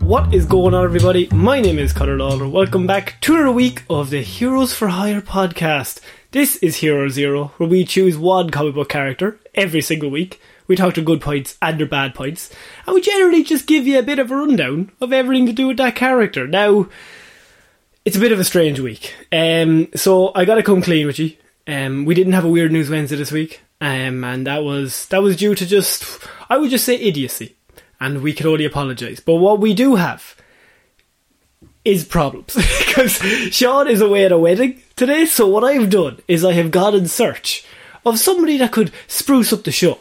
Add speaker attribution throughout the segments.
Speaker 1: What is going on, everybody? My name is Conor Lawler. Welcome back to another week of the Heroes for Hire podcast. This is Hero Zero, where we choose one comic book character every single week. We talk their good points and their bad points, and we generally just give you a bit of a rundown of everything to do with that character. Now, it's a bit of a strange week, um, so I gotta come clean with you. Um, we didn't have a weird news Wednesday this week, um, and that was that was due to just I would just say idiocy and we can only apologise. But what we do have is problems because Sean is away at a wedding today. So what I've done is I have gone in search of somebody that could spruce up the show,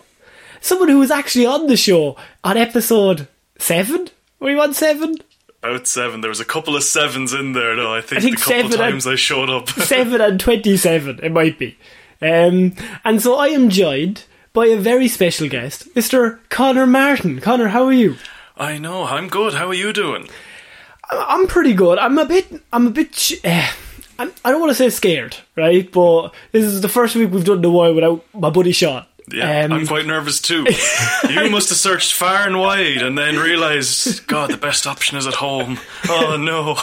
Speaker 1: someone who was actually on the show on episode seven. Were you on seven?
Speaker 2: About seven. There was a couple of sevens in there, though. I think,
Speaker 1: I think
Speaker 2: the couple
Speaker 1: seven
Speaker 2: times
Speaker 1: and-
Speaker 2: I showed up.
Speaker 1: seven and twenty-seven. It might be. Um, and so I am joined by a very special guest, Mr. Connor Martin. Connor, how are you?
Speaker 2: I know. I'm good. How are you doing?
Speaker 1: I'm pretty good. I'm a bit. I'm a bit. sh- Eh, I'm, I don't want to say scared, right? But this is the first week we've done the Y without my buddy Sean.
Speaker 2: Yeah,
Speaker 1: Um,
Speaker 2: I'm quite nervous too. you must have searched far and wide and then realised, God, the best option is at home. Oh no.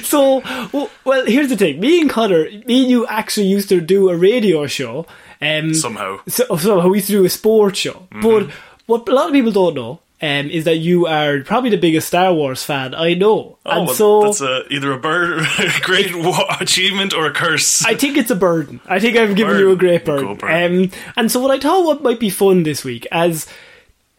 Speaker 1: so well, well. Here's the thing. Me and Connor, me and you actually used to do a radio show. Um,
Speaker 2: Somehow.
Speaker 1: So, so we used to do a sports show.
Speaker 2: Mm-hmm.
Speaker 1: But what a lot of people don't know um, is that you are probably the biggest Star Wars fan I know,
Speaker 2: Oh,
Speaker 1: and
Speaker 2: well,
Speaker 1: so
Speaker 2: that's a, either a, bird, a great wa- achievement or a curse.
Speaker 1: I think it's a burden. I think I've given
Speaker 2: Burden.
Speaker 1: you a great burden.
Speaker 2: Cool burden.
Speaker 1: Um, and so what I thought what might be fun this week, as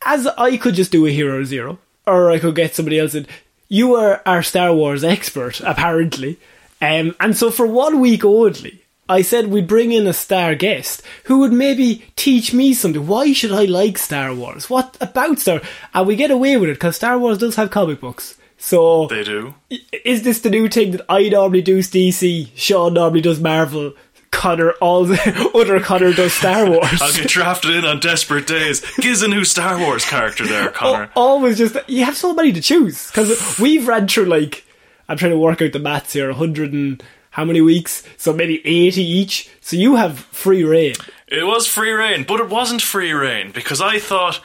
Speaker 1: as I could just do a hero zero, or I could get somebody else in. You are our Star Wars expert, apparently. Um, and so for one week only, I said we'd bring in a star guest who would maybe teach me something. Why should I like Star Wars? What about Star? And we get away with it because Star Wars does have comic books. So
Speaker 2: they do.
Speaker 1: is this the new thing that I normally do? DC, Sean normally does Marvel. Connor, all the other Connor does Star
Speaker 2: I'll
Speaker 1: Wars.
Speaker 2: get drafted in on desperate days. Gives a new Star Wars character there,
Speaker 1: Al-
Speaker 2: Connor.
Speaker 1: Always just you have so many to choose because we've read through like I'm trying to work out the maths here, 100 and how many weeks? So maybe 80 each. So you have free reign.
Speaker 2: It was free reign, but it wasn't free reign because I thought,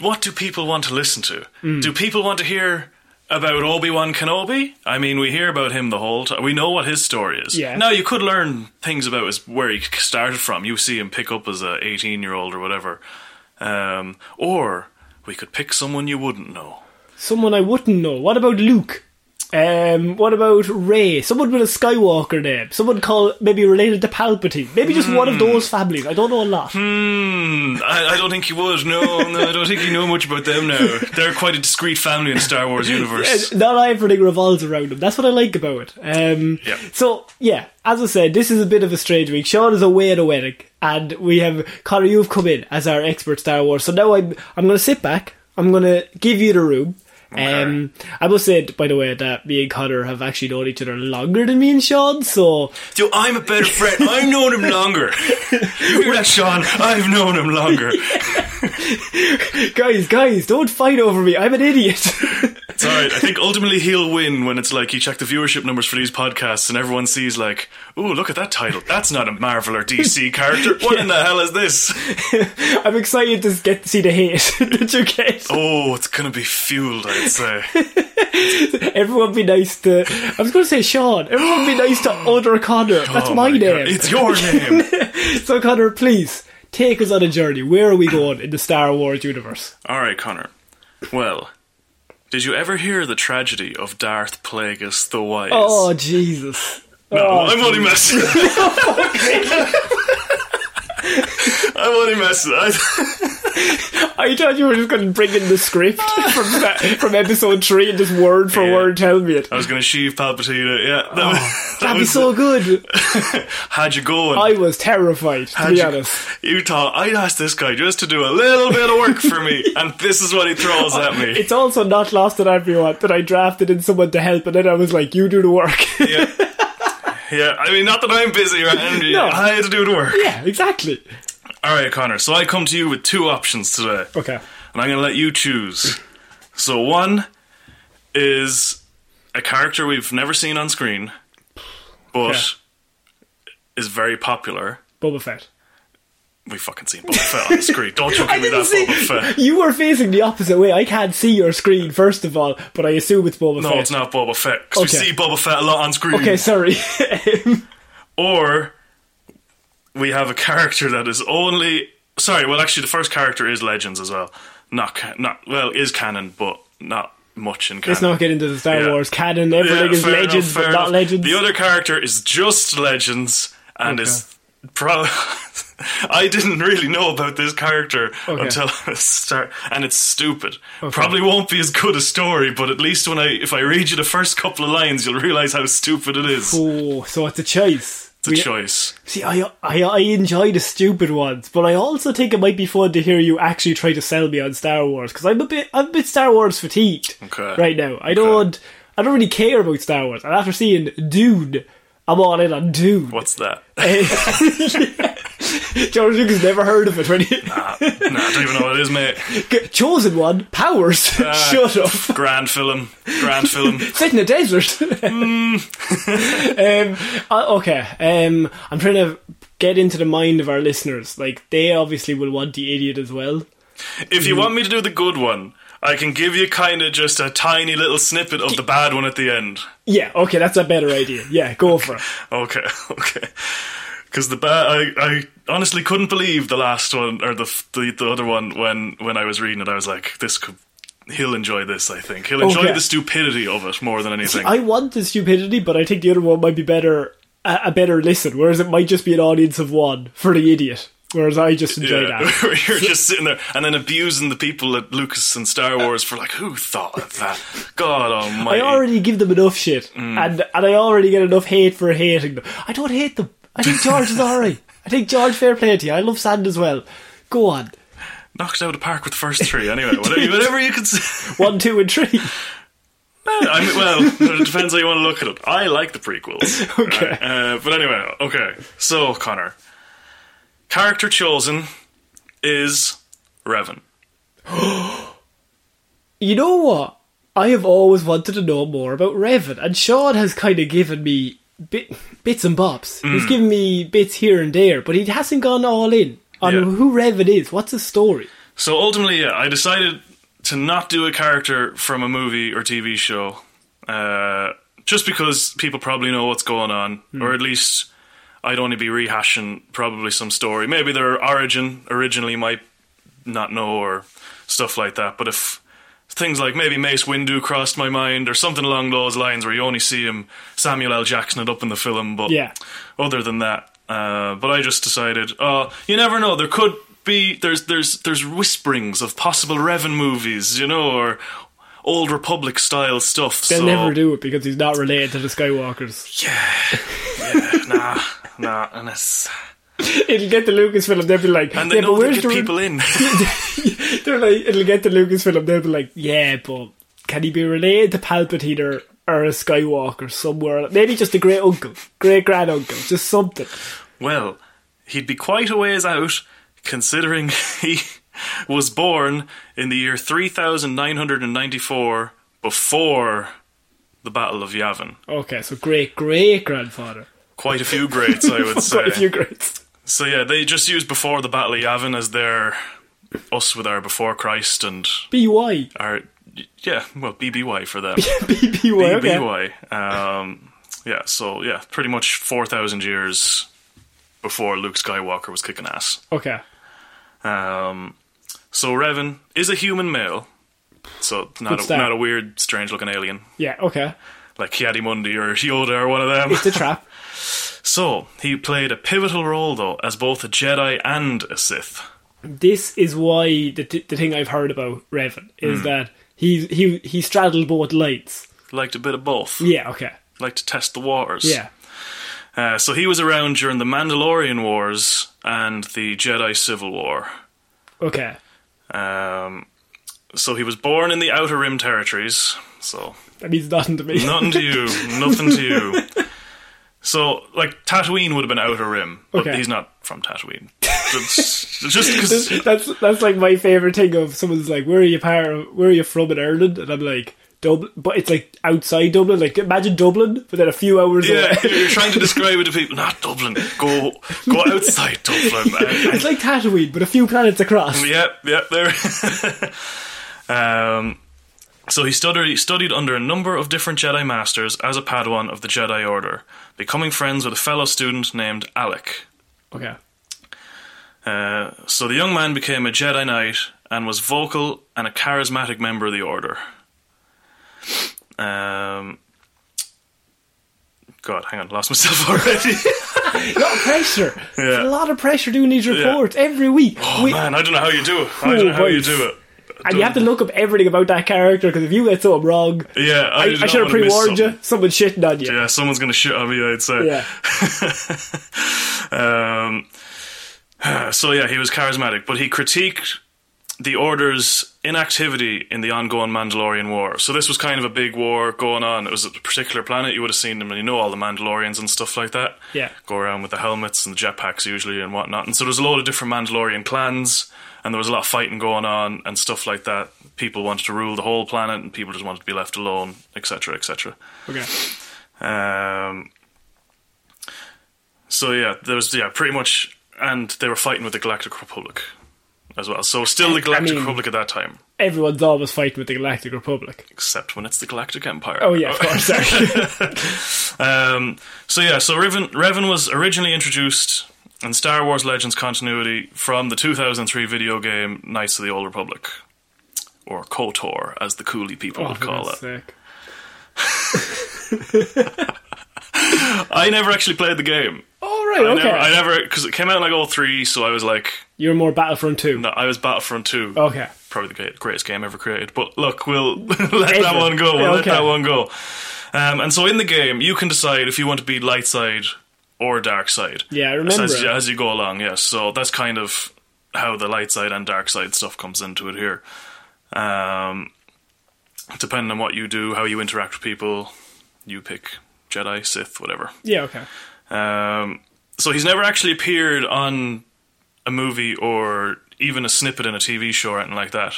Speaker 2: what do people want to listen to? Do people want to hear about Obi Wan Kenobi? I mean, we hear about him the whole time. We know what his story is.
Speaker 1: Yeah.
Speaker 2: Now you could learn things about his where he started from. You see him pick up as a eighteen-year-old or whatever, um, or we could pick someone you wouldn't know.
Speaker 1: Someone I wouldn't know. What about Luke? Um, what about Ray? Someone with a Skywalker name. Someone called maybe related to Palpatine. Maybe just one of those families. I don't know a lot.
Speaker 2: Hmm, I, I don't think you would. No, no, I don't think you know much about them now. They're quite a discreet family in Star Wars universe.
Speaker 1: And Uh, not everything revolves around him. That's what I like about it. Um,
Speaker 2: Yeah.
Speaker 1: So yeah, as I said, this is a bit of a strange week. Sean is away at a wedding, and we have Connor. You've come in as our expert Star Wars. So now I'm I'm going to sit back. I'm going to give you the room. Um, I must say, by the way, that me and Connor have actually known each other longer than me and Sean, so
Speaker 2: Dude, I'm a better friend. I've known him longer. You hear that, Sean? I've known him longer.
Speaker 1: guys, guys, don't fight over me. I'm an idiot.
Speaker 2: It's all right. I think ultimately he'll win when it's like you check the viewership numbers for these podcasts and everyone sees like, ooh, look at that title. That's not a Marvel or DC character. What in the hell is this?
Speaker 1: I'm excited to get to see the hate that you get.
Speaker 2: Oh, it's gonna be fueled, I'd say.
Speaker 1: Everyone be nice to. I was going to say Sean. Everyone be nice to other Connor. That's
Speaker 2: Oh
Speaker 1: my,
Speaker 2: God.
Speaker 1: name.
Speaker 2: It's your name.
Speaker 1: So Connor, please take us on a journey. Where are we going in the Star Wars universe?
Speaker 2: All right, Connor. Well, did you ever hear the tragedy of Darth Plagueis the Wise?
Speaker 1: Oh Jesus!
Speaker 2: no,
Speaker 1: oh,
Speaker 2: I'm only messing. I'm only messing. I,
Speaker 1: I thought you were just going to bring in the script from that, from episode three and just word for
Speaker 2: Yeah.
Speaker 1: word tell me it.
Speaker 2: I was going to sheave Palpatine. Yeah, that was, that
Speaker 1: Oh, That'd be
Speaker 2: was-
Speaker 1: so good.
Speaker 2: How'd you going?
Speaker 1: I was terrified, to
Speaker 2: How'd
Speaker 1: be
Speaker 2: you-
Speaker 1: honest.
Speaker 2: You thought I asked this guy just to do a little bit of work for me, and this is what he throws at me.
Speaker 1: It's also not lost on everyone that I drafted in someone to help, and then I was like, "You do the work."
Speaker 2: yeah. yeah, I mean, not that I'm busy or energy.
Speaker 1: No.
Speaker 2: I had to do the work.
Speaker 1: yeah, exactly.
Speaker 2: All right, Connor. So I come to you with two options today,
Speaker 1: Okay.
Speaker 2: and I'm going to let you choose. So one is a character we've never seen on screen, but is very popular.
Speaker 1: Boba Fett.
Speaker 2: We fucking seen Boba Fett on the screen. Don't you give me that Boba Fett.
Speaker 1: You were facing the opposite way. I can't see your screen, first of all, but I assume it's Boba
Speaker 2: No,
Speaker 1: Fett.
Speaker 2: it's not Boba Fett. 'cause
Speaker 1: Okay.
Speaker 2: we see Boba Fett a lot on screen.
Speaker 1: Okay, sorry.
Speaker 2: or we have a character that is only sorry well actually the first character is legends as well not ca- not well is canon but not much in canon
Speaker 1: Let's not get into the Star
Speaker 2: Yeah.
Speaker 1: Wars canon. Everything is
Speaker 2: fair enough,
Speaker 1: legends,
Speaker 2: fair
Speaker 1: but
Speaker 2: enough.
Speaker 1: not legends.
Speaker 2: the other character is just legends and is pro I didn't really know about this character until I start, and it's stupid. Probably won't be as good a story, but at least when I, if I read you the first couple of lines, you'll realize how stupid it is.
Speaker 1: oh, so it's a choice.
Speaker 2: It's a choice.
Speaker 1: See, I, I I enjoy the stupid ones, but I also think it might be fun to hear you actually try to sell me on Star Wars because I'm a bit I'm a bit Star Wars fatigued
Speaker 2: Okay.
Speaker 1: right now. I don't I don't really care about Star Wars, and after seeing Dune, I'm all in on Dune.
Speaker 2: What's that?
Speaker 1: George Lucas never heard of it. When he,
Speaker 2: Nah, I don't even know what it is, mate.
Speaker 1: chosen one, powers. Shut up.
Speaker 2: Grand film. Grand film.
Speaker 1: Sit in the desert. um, I- okay, um, I'm trying to get into the mind of our listeners. Like they obviously will want the idiot as well.
Speaker 2: If you want me to do the good one, I can give you kind of just a tiny little snippet of the bad one at the end.
Speaker 1: Yeah, okay, that's a better idea. Yeah, go for it.
Speaker 2: Okay, okay. Because the bad, I, I honestly couldn't believe the last one or the, f- the the other one when when I was reading it. I was like, this could. He'll enjoy this, I think. He'll enjoy
Speaker 1: Okay.
Speaker 2: the stupidity of it more than anything.
Speaker 1: I want the stupidity, but I think the other one might be better. A, a better listen, whereas it might just be an audience of one for the idiot. Whereas I just enjoy that.
Speaker 2: Where you're just sitting there and then abusing the people at Lucas and Star Wars for like, who thought of that? God
Speaker 1: I
Speaker 2: Almighty!
Speaker 1: already give them enough shit,
Speaker 2: Mm.
Speaker 1: and and I already get enough hate for hating them. I don't hate them. I think George is alright. I think George fair play to you. I love Sand as well. Go on.
Speaker 2: knocked out of the park with the first three. Anyway, whatever, whatever you can say.
Speaker 1: One, two, and three.
Speaker 2: I mean, well, it depends how you want to look at it. I like the prequels.
Speaker 1: Okay.
Speaker 2: right? Uh, but anyway, okay. So, Connor, character chosen is Revan.
Speaker 1: You know what? I have always wanted to know more about Revan, and Sean has kind of given me bit, bits and bobs.
Speaker 2: Mm.
Speaker 1: He's given me bits here and there, but he hasn't gone all in on
Speaker 2: Yeah.
Speaker 1: who Revan is. What's his story?
Speaker 2: So ultimately, yeah, I decided to not do a character from a movie or TV show, uh, just because people probably know what's going on, or at least I'd only be rehashing probably some story. Maybe their origin originally might not know or stuff like that. But if things like maybe Mace Windu crossed my mind or something along those lines, where you only see him Samuel L. Jackson it up in the film, but
Speaker 1: Yeah.
Speaker 2: other than that. Uh, but I just decided, uh, you never know. There could be there's there's there's whisperings of possible Revan movies, you know, or old Republic style stuff.
Speaker 1: They'll
Speaker 2: so
Speaker 1: never do it because he's not related to the Skywalkers.
Speaker 2: nah, nah, and it's
Speaker 1: It'll get to Lucasfilm, they'll be like,
Speaker 2: and they
Speaker 1: yeah, but
Speaker 2: know they
Speaker 1: where's
Speaker 2: get
Speaker 1: the
Speaker 2: people in.
Speaker 1: They're like, it'll get to Lucasfilm, they'll be like, yeah, but can he be related to Palpatine or, or a Skywalker somewhere? Maybe just a great uncle, great grand uncle, just something.
Speaker 2: Well, he'd be quite a ways out, considering he was born in the year 3994 before the Battle of Yavin.
Speaker 1: Okay, so great great grandfather.
Speaker 2: Quite a few greats, I would say.
Speaker 1: Quite a few greats.
Speaker 2: So yeah, they just used before the Battle of Yavin as their us with our before Christ and
Speaker 1: BY.
Speaker 2: our yeah, well BBY for them.
Speaker 1: BBY. Okay.
Speaker 2: BBY. Um, yeah, so yeah, pretty much 4,000 years before Luke Skywalker was kicking ass.
Speaker 1: Okay.
Speaker 2: Um, so Revan is a human male, so
Speaker 1: Good
Speaker 2: not a,
Speaker 1: start.
Speaker 2: not a weird, strange looking alien
Speaker 1: Yeah, okay.
Speaker 2: like Kiadi Mundi or Yoda or one of them.
Speaker 1: It's a trap.
Speaker 2: So he played a pivotal role though as both a Jedi and a Sith.
Speaker 1: this is why the, t- the thing I've heard about Revan is that he he he straddled both lights.
Speaker 2: Liked a bit of both.
Speaker 1: Yeah, okay.
Speaker 2: Liked to test the waters.
Speaker 1: Yeah.
Speaker 2: Uh, so he was around during the Mandalorian Wars and the Jedi Civil War.
Speaker 1: Okay.
Speaker 2: Um, so he was born in the Outer Rim territories. So
Speaker 1: That means nothing to me.
Speaker 2: nothing to you, nothing to you. So like Tatooine would have been Outer Rim, but
Speaker 1: Okay.
Speaker 2: he's not from Tatooine. That's- just because
Speaker 1: that's that's like my favorite thing of someone's like, Where are you par- where are you from in Ireland? And I'm like, Dublin but it's like outside Dublin, like imagine Dublin, but then a few hours
Speaker 2: Yeah,
Speaker 1: away.
Speaker 2: you're trying to describe it to people. Not Dublin. Go, go outside Dublin. Uh,
Speaker 1: it's like Tatooine, but a few planets across.
Speaker 2: yeah, yeah, there. um, so he studied, he studied under a number of different Jedi masters as a Padawan of the Jedi Order, becoming friends with a fellow student named Alec.
Speaker 1: Okay.
Speaker 2: Uh, so the young man became a Jedi Knight and was vocal and a charismatic member of the Order. Um, God, hang on, lost myself already.
Speaker 1: A lot of pressure. It's A lot of pressure doing these
Speaker 2: Yeah.
Speaker 1: reports every week.
Speaker 2: Oh
Speaker 1: We- Oh,
Speaker 2: man, I don't know how you do it. I don't know how you do it.
Speaker 1: and you have to look up everything about that character because if you get something wrong,
Speaker 2: Yeah, I,
Speaker 1: I,
Speaker 2: do
Speaker 1: I should
Speaker 2: not
Speaker 1: have
Speaker 2: want to miss
Speaker 1: pre-warned you.
Speaker 2: something.
Speaker 1: Someone's shitting on you.
Speaker 2: Yeah, someone's gonna shit on me. I'd say.
Speaker 1: Yeah.
Speaker 2: um, so yeah, he was charismatic, but he critiqued the Order's inactivity in the ongoing Mandalorian War. So this was kind of a big war going on. It was a particular planet. You would have seen them, and you know all the Mandalorians and stuff like that.
Speaker 1: Yeah.
Speaker 2: go around with the helmets and the jetpacks usually and whatnot. And so there's a lot of different Mandalorian clans, and there was a lot of fighting going on and stuff like that. People wanted to rule the whole planet, and people just wanted to be left alone, etc., etc.
Speaker 1: Okay.
Speaker 2: Um, so yeah, there was yeah pretty much, and they were fighting with the Galactic Republic as well. So still the Galactic
Speaker 1: mean-
Speaker 2: Republic at that time,
Speaker 1: Everyone's always fighting with the Galactic Republic.
Speaker 2: except when it's the Galactic Empire.
Speaker 1: Oh yeah, of course. Sorry.
Speaker 2: Um, so yeah, so Revan, Revan was originally introduced in Star Wars Legends continuity from the 2003 video game Knights of the Old Republic, or KOTOR, as the coolie people
Speaker 1: Oh,
Speaker 2: would call it.
Speaker 1: for goodness sake.
Speaker 2: I never actually played the game.
Speaker 1: All right.
Speaker 2: I
Speaker 1: Okay.
Speaker 2: never, I never, because it came out in like all three, so I was like,
Speaker 1: You're more Battlefront two.
Speaker 2: no, I was Battlefront 2.
Speaker 1: Okay.
Speaker 2: probably the great- greatest game ever created. But look, we'll let that
Speaker 1: Ever.
Speaker 2: one go. We'll let
Speaker 1: Okay.
Speaker 2: that one go. Um, and so in the game, you can decide if you want to be light side or dark side.
Speaker 1: Yeah, I remember
Speaker 2: As,
Speaker 1: it.
Speaker 2: as you go along, yes. So that's kind of how the light side and dark side stuff comes into it here. Um, depending on what you do, how you interact with people, you pick Jedi, Sith, whatever.
Speaker 1: Yeah. Okay.
Speaker 2: Um, so he's never actually appeared on a movie or even a snippet in a TV show or anything like that.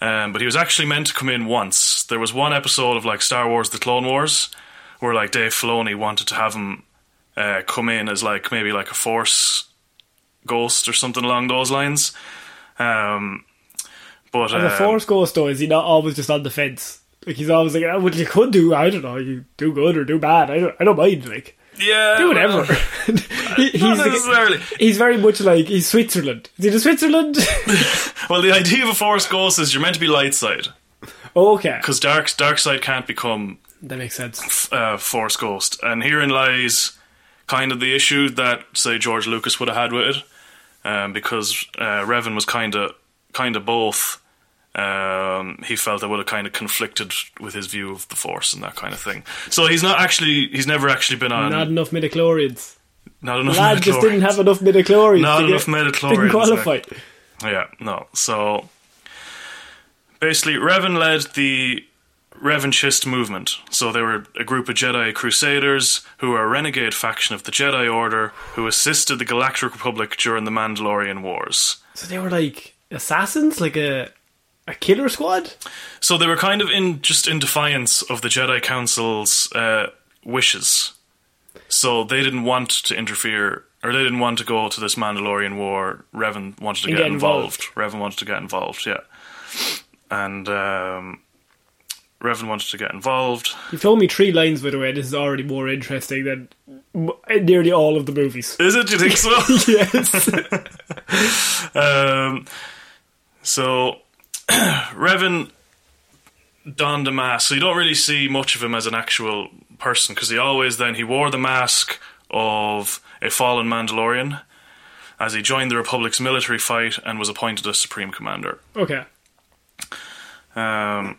Speaker 2: Um, but he was actually meant to come in once. There was one episode of like Star Wars: The Clone Wars where like Dave Filoni wanted to have him uh, come in as like maybe like a Force ghost or something along those lines. Um, but
Speaker 1: And the
Speaker 2: um,
Speaker 1: Force Ghost though is he not always just on the fence? Like he's always like, oh, well, you could do. I don't know. You do good or do bad. I don't. I don't mind. Like
Speaker 2: yeah,
Speaker 1: do
Speaker 2: Uh, well,
Speaker 1: whatever. he,
Speaker 2: Not
Speaker 1: he's like,
Speaker 2: necessarily.
Speaker 1: he's very much like he's Switzerland. Is he the Switzerland?
Speaker 2: Well, the idea of a Force ghost is you're meant to be light side
Speaker 1: Oh, okay.
Speaker 2: because dark dark side can't become
Speaker 1: That makes sense.
Speaker 2: uh, Force Ghost, and herein lies kind of the issue that say George Lucas would have had with it, um, because uh, Revan was kind of kind of both. Um, he felt that would have kind of conflicted with his view of the Force and that kind of thing. So he's not actually he's never actually been on
Speaker 1: Not
Speaker 2: not,
Speaker 1: enough midichlorians.
Speaker 2: enough.
Speaker 1: Lad just
Speaker 2: midichlorians.
Speaker 1: didn't have enough midichlorians.
Speaker 2: Not
Speaker 1: to
Speaker 2: enough
Speaker 1: get-
Speaker 2: midichlorians,
Speaker 1: Didn't qualify.
Speaker 2: eh? Yeah, no. So basically, Revan led the Revanchist movement. So they were a group of Jedi Crusaders who were a renegade faction of the Jedi Order who assisted the Galactic Republic during the Mandalorian Wars.
Speaker 1: So they were like assassins, like a a killer squad.
Speaker 2: So they were kind of in just in defiance of the Jedi Council's uh, wishes. So they didn't want to interfere, or they didn't want to go to this Mandalorian war. Revan wanted to
Speaker 1: And
Speaker 2: get,
Speaker 1: get
Speaker 2: involved. Revan wanted to get involved, yeah. And um, Revan wanted to get involved.
Speaker 1: You told me three lines, by the way. This is already more interesting than m- nearly all of the movies.
Speaker 2: Is it? Do you think so?
Speaker 1: yes.
Speaker 2: Um, so Revan donned a mask. So you don't really see much of him as an actual person because he always then he wore the mask of a fallen Mandalorian as he joined the Republic's military fight and was appointed as Supreme Commander.
Speaker 1: okay.
Speaker 2: Um,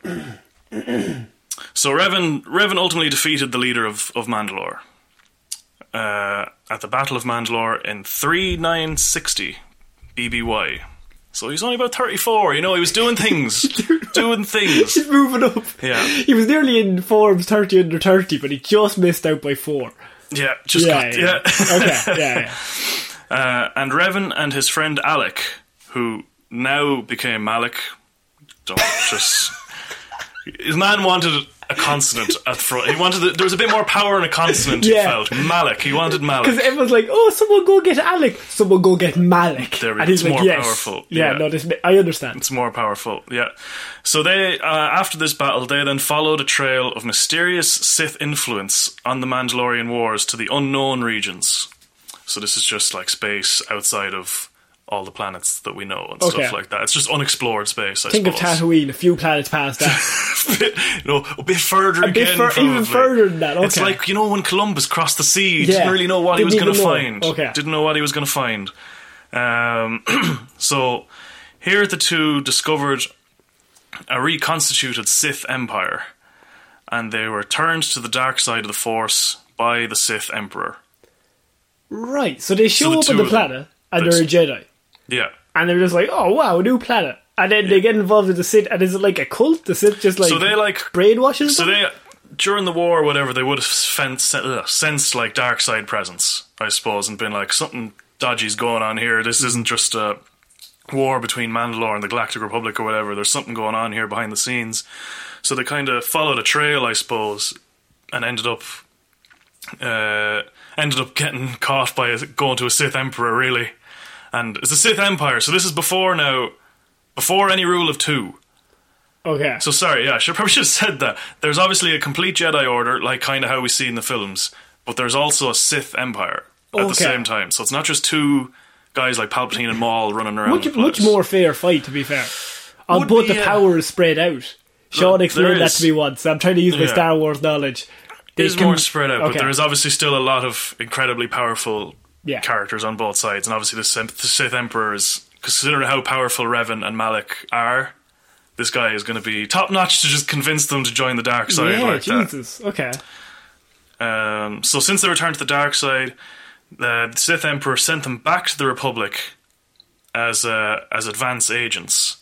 Speaker 2: so Revan Revan ultimately defeated the leader of of Mandalore uh, at the Battle of Mandalore in three nine sixty BBY. So he's only about thirty four. You know, he was doing things, doing things.
Speaker 1: He's moving up.
Speaker 2: Yeah.
Speaker 1: He was nearly in Forbes 30 under 30, but he just missed out by four.
Speaker 2: Yeah, just
Speaker 1: yeah,
Speaker 2: got,
Speaker 1: yeah.
Speaker 2: yeah.
Speaker 1: okay, yeah, yeah.
Speaker 2: Uh, and Revan and his friend Alec, who now became Malik, don't just. His man wanted a consonant at front. He wanted the, there was a bit more power in a consonant.
Speaker 1: Yeah.
Speaker 2: He felt Malik. He wanted
Speaker 1: Because
Speaker 2: Malik.
Speaker 1: everyone's like, oh, someone go get Alec. Someone go get Malik.
Speaker 2: There we-
Speaker 1: and he's
Speaker 2: it's
Speaker 1: like,
Speaker 2: more
Speaker 1: yes.
Speaker 2: powerful,
Speaker 1: Yeah,
Speaker 2: yeah.
Speaker 1: no, this, ma- I understand.
Speaker 2: It's more powerful. Yeah. So they uh, after this battle, they then followed a trail of mysterious Sith influence on the Mandalorian Wars to the unknown regions. So this is just like space outside of all the planets that we know and
Speaker 1: Okay.
Speaker 2: stuff like that. It's just unexplored space. I
Speaker 1: Think of
Speaker 2: suppose.
Speaker 1: Tatooine, a few planets past that.
Speaker 2: bit, you know, a bit further
Speaker 1: A bit
Speaker 2: again.
Speaker 1: fur- even
Speaker 2: probably.
Speaker 1: further than that,
Speaker 2: It's
Speaker 1: okay.
Speaker 2: like you know when Columbus crossed the sea, you didn't
Speaker 1: Yeah,
Speaker 2: really know what he was
Speaker 1: didn't
Speaker 2: going to
Speaker 1: even
Speaker 2: find.
Speaker 1: know. Okay.
Speaker 2: Didn't know what he was going to find. Um, so here the two discovered a reconstituted Sith Empire, and they were turned to the dark side of the Force by the Sith Emperor.
Speaker 1: right, so they show up
Speaker 2: the
Speaker 1: on
Speaker 2: two
Speaker 1: the
Speaker 2: of them.
Speaker 1: planet, and
Speaker 2: That's-
Speaker 1: they're a Jedi.
Speaker 2: Yeah.
Speaker 1: And they're just like, oh, wow, a new planet. And then they get involved with the Sith, and is it like a cult? The Sith just like,
Speaker 2: So they like
Speaker 1: brainwashes
Speaker 2: So
Speaker 1: them?
Speaker 2: they during the war, or whatever, they would have sensed, uh, sensed like dark side presence, I suppose, and been like something dodgy's going on here. This isn't just a war between Mandalore and the Galactic Republic or whatever. There's something going on here behind the scenes. So they kind of followed a trail, I suppose, and ended up. Uh, ended up getting caught by a, going to a Sith Emperor, really, and it's the Sith Empire. So this is before now, before any rule of two.
Speaker 1: Okay.
Speaker 2: So sorry, yeah, I should probably should have said that. There's obviously a complete Jedi Order, like kind of how we see in the films, but there's also a Sith Empire at
Speaker 1: Okay.
Speaker 2: the same time. So it's not just two guys like Palpatine and Maul running around.
Speaker 1: much,
Speaker 2: the
Speaker 1: much
Speaker 2: place.
Speaker 1: more fair fight, to be fair. On
Speaker 2: Would
Speaker 1: both
Speaker 2: be,
Speaker 1: the
Speaker 2: yeah.
Speaker 1: power is spread out. Sean
Speaker 2: there
Speaker 1: explained that
Speaker 2: is-
Speaker 1: to me once. I'm trying to use my
Speaker 2: Yeah.
Speaker 1: Star Wars knowledge.
Speaker 2: It
Speaker 1: They
Speaker 2: is
Speaker 1: can-
Speaker 2: more spread out,
Speaker 1: Okay.
Speaker 2: but there is obviously still a lot of incredibly powerful
Speaker 1: Yeah.
Speaker 2: characters on both sides, and obviously the Sith, the Sith Emperor is considering how powerful Revan and Malik are. This guy is going to be top notch to just convince them to join the dark side
Speaker 1: yeah,
Speaker 2: like that.
Speaker 1: Jesus. Okay.
Speaker 2: Um, so since they returned to the dark side, the Sith Emperor sent them back to the Republic as uh, as advance agents.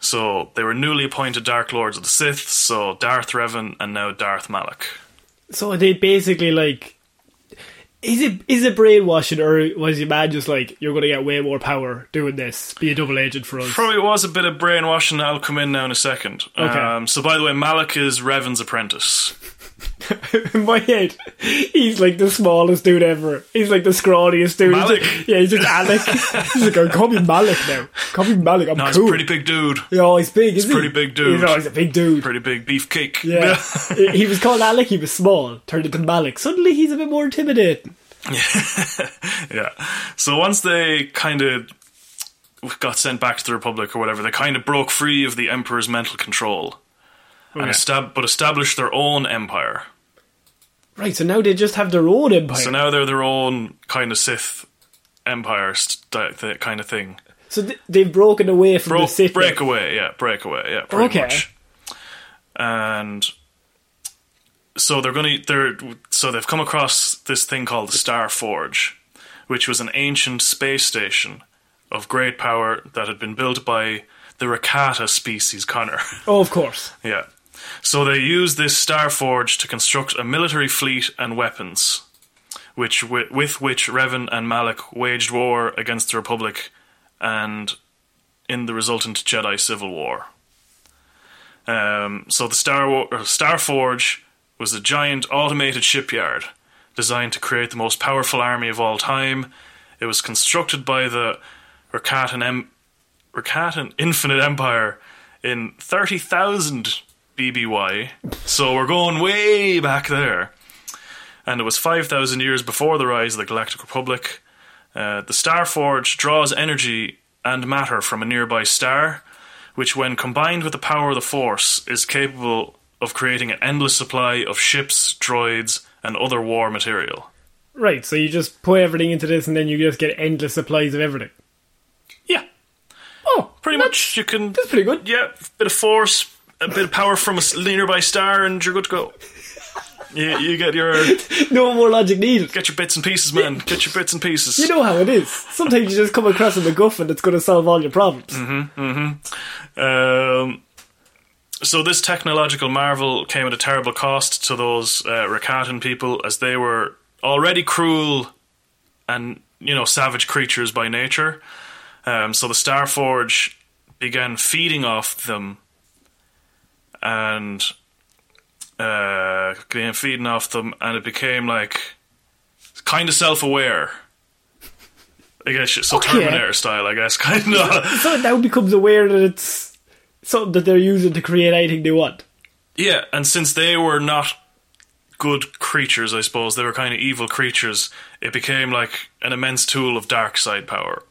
Speaker 2: So they were newly appointed Dark Lords of the Sith. So Darth Revan and now Darth Malak.
Speaker 1: So they basically like. Is it is it brainwashing or was your man just like you're gonna get way more power doing this? Be a double agent for us.
Speaker 2: Probably was a bit of brainwashing. I'll come in now in a second.
Speaker 1: Okay.
Speaker 2: Um, so by the way, Malak is Revan's apprentice.
Speaker 1: In my head, he's like the smallest dude ever. He's like the scrawliest dude. He's
Speaker 2: Malik.
Speaker 1: like- yeah, he's just Alec. he's like, oh, call me Malik now. Call me Malik. I'm
Speaker 2: No, he's
Speaker 1: cool.
Speaker 2: a pretty big dude.
Speaker 1: Yeah, he's big. He's
Speaker 2: pretty big dude.
Speaker 1: He's, oh, he's a big dude.
Speaker 2: Pretty big beefcake.
Speaker 1: Yeah. he he was called Alec, he was small, turned into Malik. Suddenly he's a bit more intimidating.
Speaker 2: Yeah. So once they kind of got sent back to the Republic or whatever, they kind of broke free of the Emperor's mental control and estab- but established their own empire.
Speaker 1: Right, so now they just have their own empire.
Speaker 2: So
Speaker 1: So,
Speaker 2: now they're their own kind of Sith empire st- th- kind of thing.
Speaker 1: th- they've broken away from
Speaker 2: Bro-
Speaker 1: the city.
Speaker 2: breakaway, yeah, breakaway, yeah, pretty
Speaker 1: Okay.
Speaker 2: much. And so they're going to they're so they've come across this thing called the Star Forge, which was an ancient space station of great power that had been built by the Rakata species, Connor.
Speaker 1: Oh, of course.
Speaker 2: yeah. So they use this Star Forge to construct a military fleet and weapons, which wi- with which Revan and Malak waged war against the Republic, and in the resultant Jedi Civil War. Um, so the Star War- or Star Forge was a giant automated shipyard designed to create the most powerful army of all time. It was constructed by the Rakatan em- Rakatan Infinite Empire in 30,000 BBY. So we're going way back there. And it was 5,000 years before the rise of the Galactic Republic. Uh, the Star Forge draws energy and matter from a nearby star, which, when combined with the power of the Force, is capable of creating an endless supply of ships, droids, and other war material.
Speaker 1: Right, so you just put everything into this and then you just get endless supplies of everything.
Speaker 2: Yeah,
Speaker 1: Oh,
Speaker 2: pretty much. You can.
Speaker 1: That's pretty good.
Speaker 2: Yeah, bit of force, a bit of power from a s- nearby star, and you're good to go. You, you get your
Speaker 1: No more logic needed.
Speaker 2: get your bits and pieces, man. Get your bits and pieces.
Speaker 1: You know how it is. Sometimes you just come across a MacGuffin that's going to solve all your problems.
Speaker 2: Mm-hmm. Um, so this technological marvel came at a terrible cost to those uh, Rakatan people, as they were already cruel and you know savage creatures by nature. Um, so the Star Forge began feeding off them, and uh, began feeding off them, and it became like kind of self-aware. I guess so,
Speaker 1: Okay.
Speaker 2: Terminator style. I guess kind of.
Speaker 1: So it now becomes aware that it's something that they're using to create anything they want.
Speaker 2: Yeah, and since they were not good creatures, I suppose they were kind of evil creatures. It became like an immense tool of dark side power.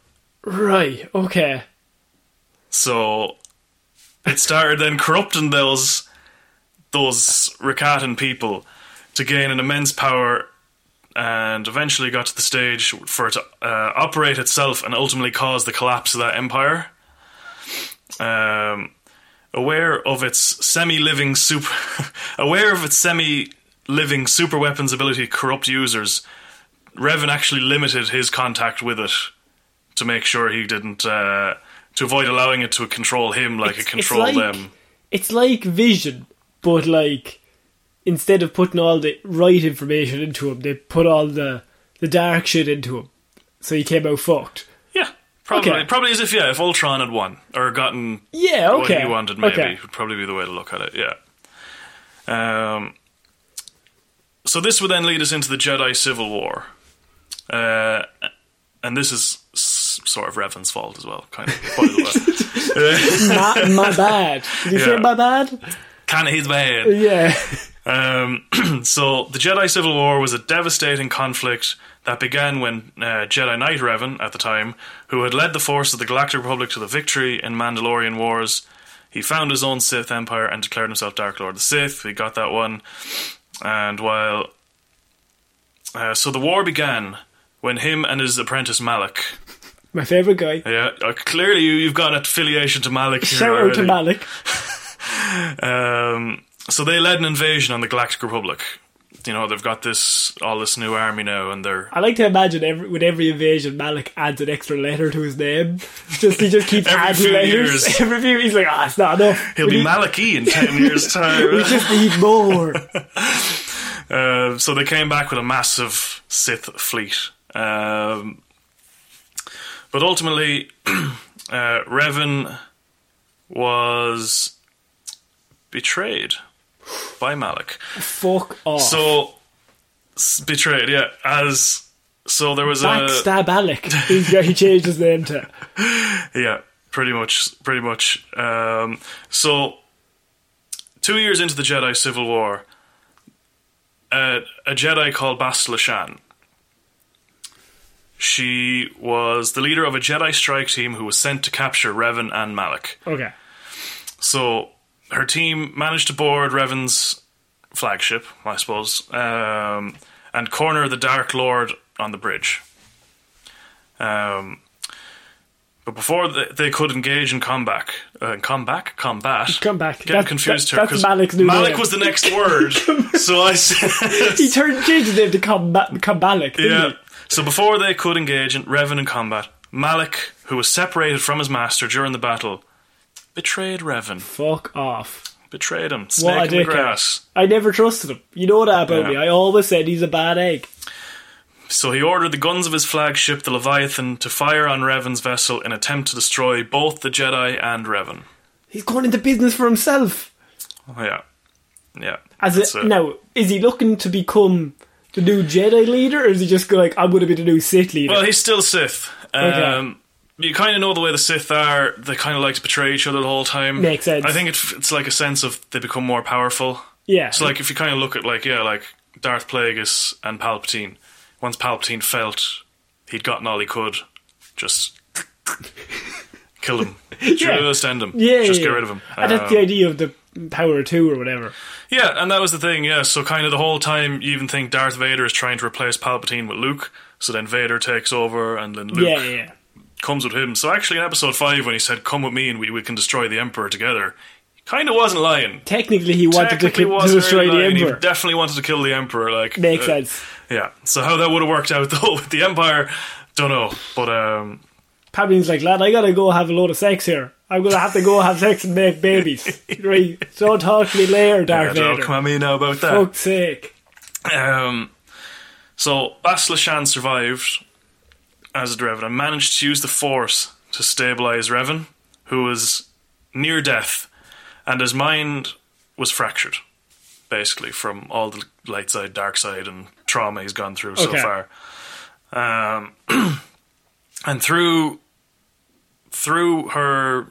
Speaker 1: Right, okay.
Speaker 2: So it started then corrupting those those Rakatan people to gain an immense power, and eventually got to the stage for it to uh, operate itself and ultimately cause the collapse of that empire. Um, aware of its semi-living super, aware of its semi-living super weapons ability to corrupt users, Revan actually limited his contact with it to make sure he didn't uh, to avoid allowing it to control him like it controlled
Speaker 1: like,
Speaker 2: them.
Speaker 1: It's like vision, but like instead of putting all the right information into him, they put all the the dark shit into him. So he came out fucked.
Speaker 2: Yeah, probably
Speaker 1: Okay.
Speaker 2: probably as if yeah, if Ultron had won or gotten
Speaker 1: Yeah, okay.
Speaker 2: what he wanted, maybe
Speaker 1: Okay.
Speaker 2: would probably be the way to look at it. Yeah. Um. So this would then lead us into the Jedi Civil War, uh, and this is s- sort of Revan's fault as well, kind of. By the way,
Speaker 1: my, my bad. Did you say
Speaker 2: Yeah.
Speaker 1: my bad?
Speaker 2: kind of his bad.
Speaker 1: Yeah.
Speaker 2: Um, so the Jedi Civil War was a devastating conflict that began when uh, Jedi Knight Revan, at the time, who had led the force of the Galactic Republic to the victory in Mandalorian Wars, he found his own Sith Empire and declared himself Dark Lord of the Sith. He got that one, and while uh, so the war began when him and his apprentice Malik.
Speaker 1: My favourite guy.
Speaker 2: Yeah, uh, clearly you, you've got an affiliation to Malik. here
Speaker 1: Shout out to
Speaker 2: already.
Speaker 1: Malik.
Speaker 2: Um, so they led an invasion on the Galactic Republic. You know, they've got this all this new army now, and they're
Speaker 1: I like to imagine every, with every invasion, Malik adds an extra letter to his name. Just he just keeps
Speaker 2: Every
Speaker 1: adding
Speaker 2: few
Speaker 1: letters.
Speaker 2: years.
Speaker 1: Every few, he's like, ah, it's not enough.
Speaker 2: he'll
Speaker 1: we
Speaker 2: be
Speaker 1: need-
Speaker 2: Maliki in ten years'
Speaker 1: We
Speaker 2: time.
Speaker 1: just need more.
Speaker 2: Uh, so they came back with a massive Sith fleet. Um, but ultimately, uh, Revan was betrayed by Malik.
Speaker 1: Oh. Fuck off.
Speaker 2: So uh, s- betrayed, yeah. As so, there was a
Speaker 1: Backstab Alec. He's- he changed his name to.
Speaker 2: Yeah, pretty much, pretty much. Um, so, two years into the Jedi Civil War, uh, a Jedi called Bastila Shan. She was the leader of a Jedi strike team who was sent to capture Revan and Malak.
Speaker 1: Okay.
Speaker 2: So, her team managed to board Revan's flagship, I suppose, um, and corner the Dark Lord on the bridge. Um, but before th- they could engage in combat, uh, combat, combat,
Speaker 1: Come back.
Speaker 2: Getting
Speaker 1: That-
Speaker 2: confused
Speaker 1: that-
Speaker 2: here
Speaker 1: that's
Speaker 2: 'cause
Speaker 1: Malik's new
Speaker 2: Malik
Speaker 1: name.
Speaker 2: was the next word, so I said,
Speaker 1: He turned changed his name to Comba- Combalic. didn't
Speaker 2: yeah.
Speaker 1: he?
Speaker 2: So before they could engage in Revan in combat, Malik, who was separated from his master during the battle, betrayed Revan.
Speaker 1: Fuck off.
Speaker 2: Betrayed him.
Speaker 1: What
Speaker 2: Snake
Speaker 1: a
Speaker 2: in
Speaker 1: dickhead.
Speaker 2: the grass.
Speaker 1: I never trusted him. You know that about
Speaker 2: Yeah.
Speaker 1: me. I always said he's a bad egg.
Speaker 2: So he ordered the guns of his flagship, the Leviathan, to fire on Revan's vessel in attempt to destroy both the Jedi and Revan.
Speaker 1: He's going into business for himself.
Speaker 2: Yeah. Yeah.
Speaker 1: As
Speaker 2: That's
Speaker 1: a,
Speaker 2: it.
Speaker 1: now, is he looking to become the new Jedi leader, or is he just like I'm going to be the new Sith leader?
Speaker 2: Well, he's still Sith. Um,
Speaker 1: Okay.
Speaker 2: You kind of know the way the Sith are. They kind of like to betray each other the whole time.
Speaker 1: Makes sense.
Speaker 2: I think it's, it's like a sense of they become more powerful.
Speaker 1: yeah,
Speaker 2: So, like, if you kind of look at, like, yeah, like Darth Plagueis and Palpatine. Once Palpatine felt he'd gotten all he could, just kill him. Just end him.
Speaker 1: yeah,
Speaker 2: just
Speaker 1: yeah,
Speaker 2: get
Speaker 1: yeah.
Speaker 2: rid of him.
Speaker 1: And that's the
Speaker 2: Um,
Speaker 1: idea of the power of two or whatever.
Speaker 2: yeah, and that was the thing, yeah. So, kind of the whole time, you even think Darth Vader is trying to replace Palpatine with Luke. So then Vader takes over, and then Luke
Speaker 1: Yeah, yeah, yeah.
Speaker 2: comes with him. So, actually, in episode 5, when he said, Come with me and we, we can destroy the Emperor together, he kind of wasn't lying.
Speaker 1: Technically, he wanted to,
Speaker 2: Technically
Speaker 1: kill, to
Speaker 2: wasn't
Speaker 1: destroy
Speaker 2: really
Speaker 1: the
Speaker 2: lying. He
Speaker 1: Emperor.
Speaker 2: definitely wanted to kill the Emperor. Like
Speaker 1: Makes
Speaker 2: uh,
Speaker 1: sense.
Speaker 2: Yeah. So how that would have worked out though with the Empire, don't know. But um,
Speaker 1: Palpatine's like, lad, I gotta go have a load of sex here. I'm gonna have to go have sex and make babies. right? So talk to me later,
Speaker 2: yeah,
Speaker 1: Darth
Speaker 2: don't
Speaker 1: Vader.
Speaker 2: come at me now about that.
Speaker 1: Fuck's sake.
Speaker 2: Um, so Bas Lashan survived as did Revan and managed to use the Force to stabilize Revan, who was near death, and his mind was fractured, basically from all the light side, dark side, and trauma he's gone through
Speaker 1: Okay.
Speaker 2: so far. Um, and through through her,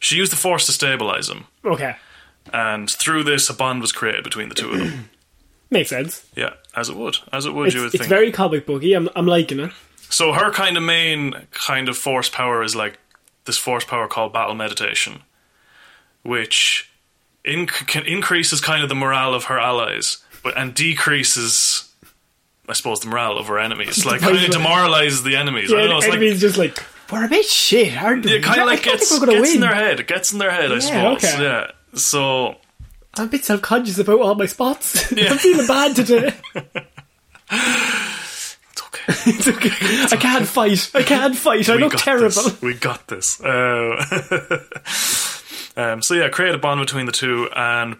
Speaker 2: she used the Force to stabilize him,
Speaker 1: Okay.
Speaker 2: and through this, a bond was created between the two of them.
Speaker 1: Makes sense.
Speaker 2: Yeah, as it would, as it would,
Speaker 1: It's,
Speaker 2: you would
Speaker 1: it's
Speaker 2: think.
Speaker 1: very comic booky. I'm, I'm liking it.
Speaker 2: so her kind of main kind of force power is like this force power called battle meditation, which inc- can increases kind of the morale of her allies, but and decreases, I suppose, the morale of her enemies. Like kind of demoralizes the enemies. I
Speaker 1: Yeah,
Speaker 2: don't know. It's
Speaker 1: enemy's
Speaker 2: like
Speaker 1: just like, we're a bit shit, aren't we?
Speaker 2: it kind
Speaker 1: I
Speaker 2: of like
Speaker 1: don't
Speaker 2: gets,
Speaker 1: think we're gonna
Speaker 2: gets in
Speaker 1: win.
Speaker 2: their head. It gets in their head. I
Speaker 1: Yeah,
Speaker 2: suppose.
Speaker 1: okay.
Speaker 2: Yeah. So
Speaker 1: I'm a bit self conscious about all my spots. I'm feeling bad today.
Speaker 2: it's okay.
Speaker 1: it's okay. I can't fight. I can't fight. I
Speaker 2: We
Speaker 1: look
Speaker 2: got
Speaker 1: terrible.
Speaker 2: This. We got this. Uh, um, so yeah, create a bond between the two, and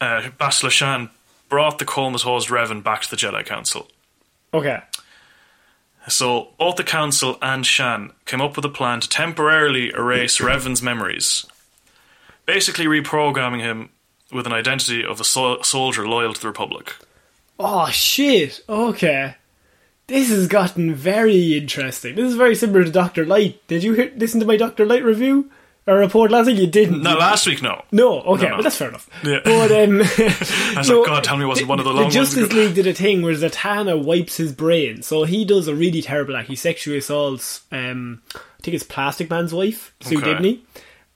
Speaker 2: uh, Bas Lashan brought the comatose Revan back to the Jedi Council.
Speaker 1: Okay.
Speaker 2: So both the Council and Shan came up with a plan to temporarily erase Revan's memories, basically reprogramming him with an identity of a sol- soldier loyal to the Republic.
Speaker 1: Oh shit. Okay. This has gotten very interesting. This is very similar to Doctor Light. Did you hear, listen to my Doctor Light review or report last week? You didn't.
Speaker 2: No,
Speaker 1: did you?
Speaker 2: last week, no.
Speaker 1: No, okay,
Speaker 2: No, no.
Speaker 1: well that's fair enough.
Speaker 2: Yeah.
Speaker 1: But um,
Speaker 2: I was
Speaker 1: so
Speaker 2: like, God, tell me it wasn't one of the long ones.
Speaker 1: Justice League did a thing where Zatanna wipes his brain, so he does a really terrible act. He sexually assaults, um, I think it's Plastic Man's wife, Sue
Speaker 2: Okay.
Speaker 1: Dibney,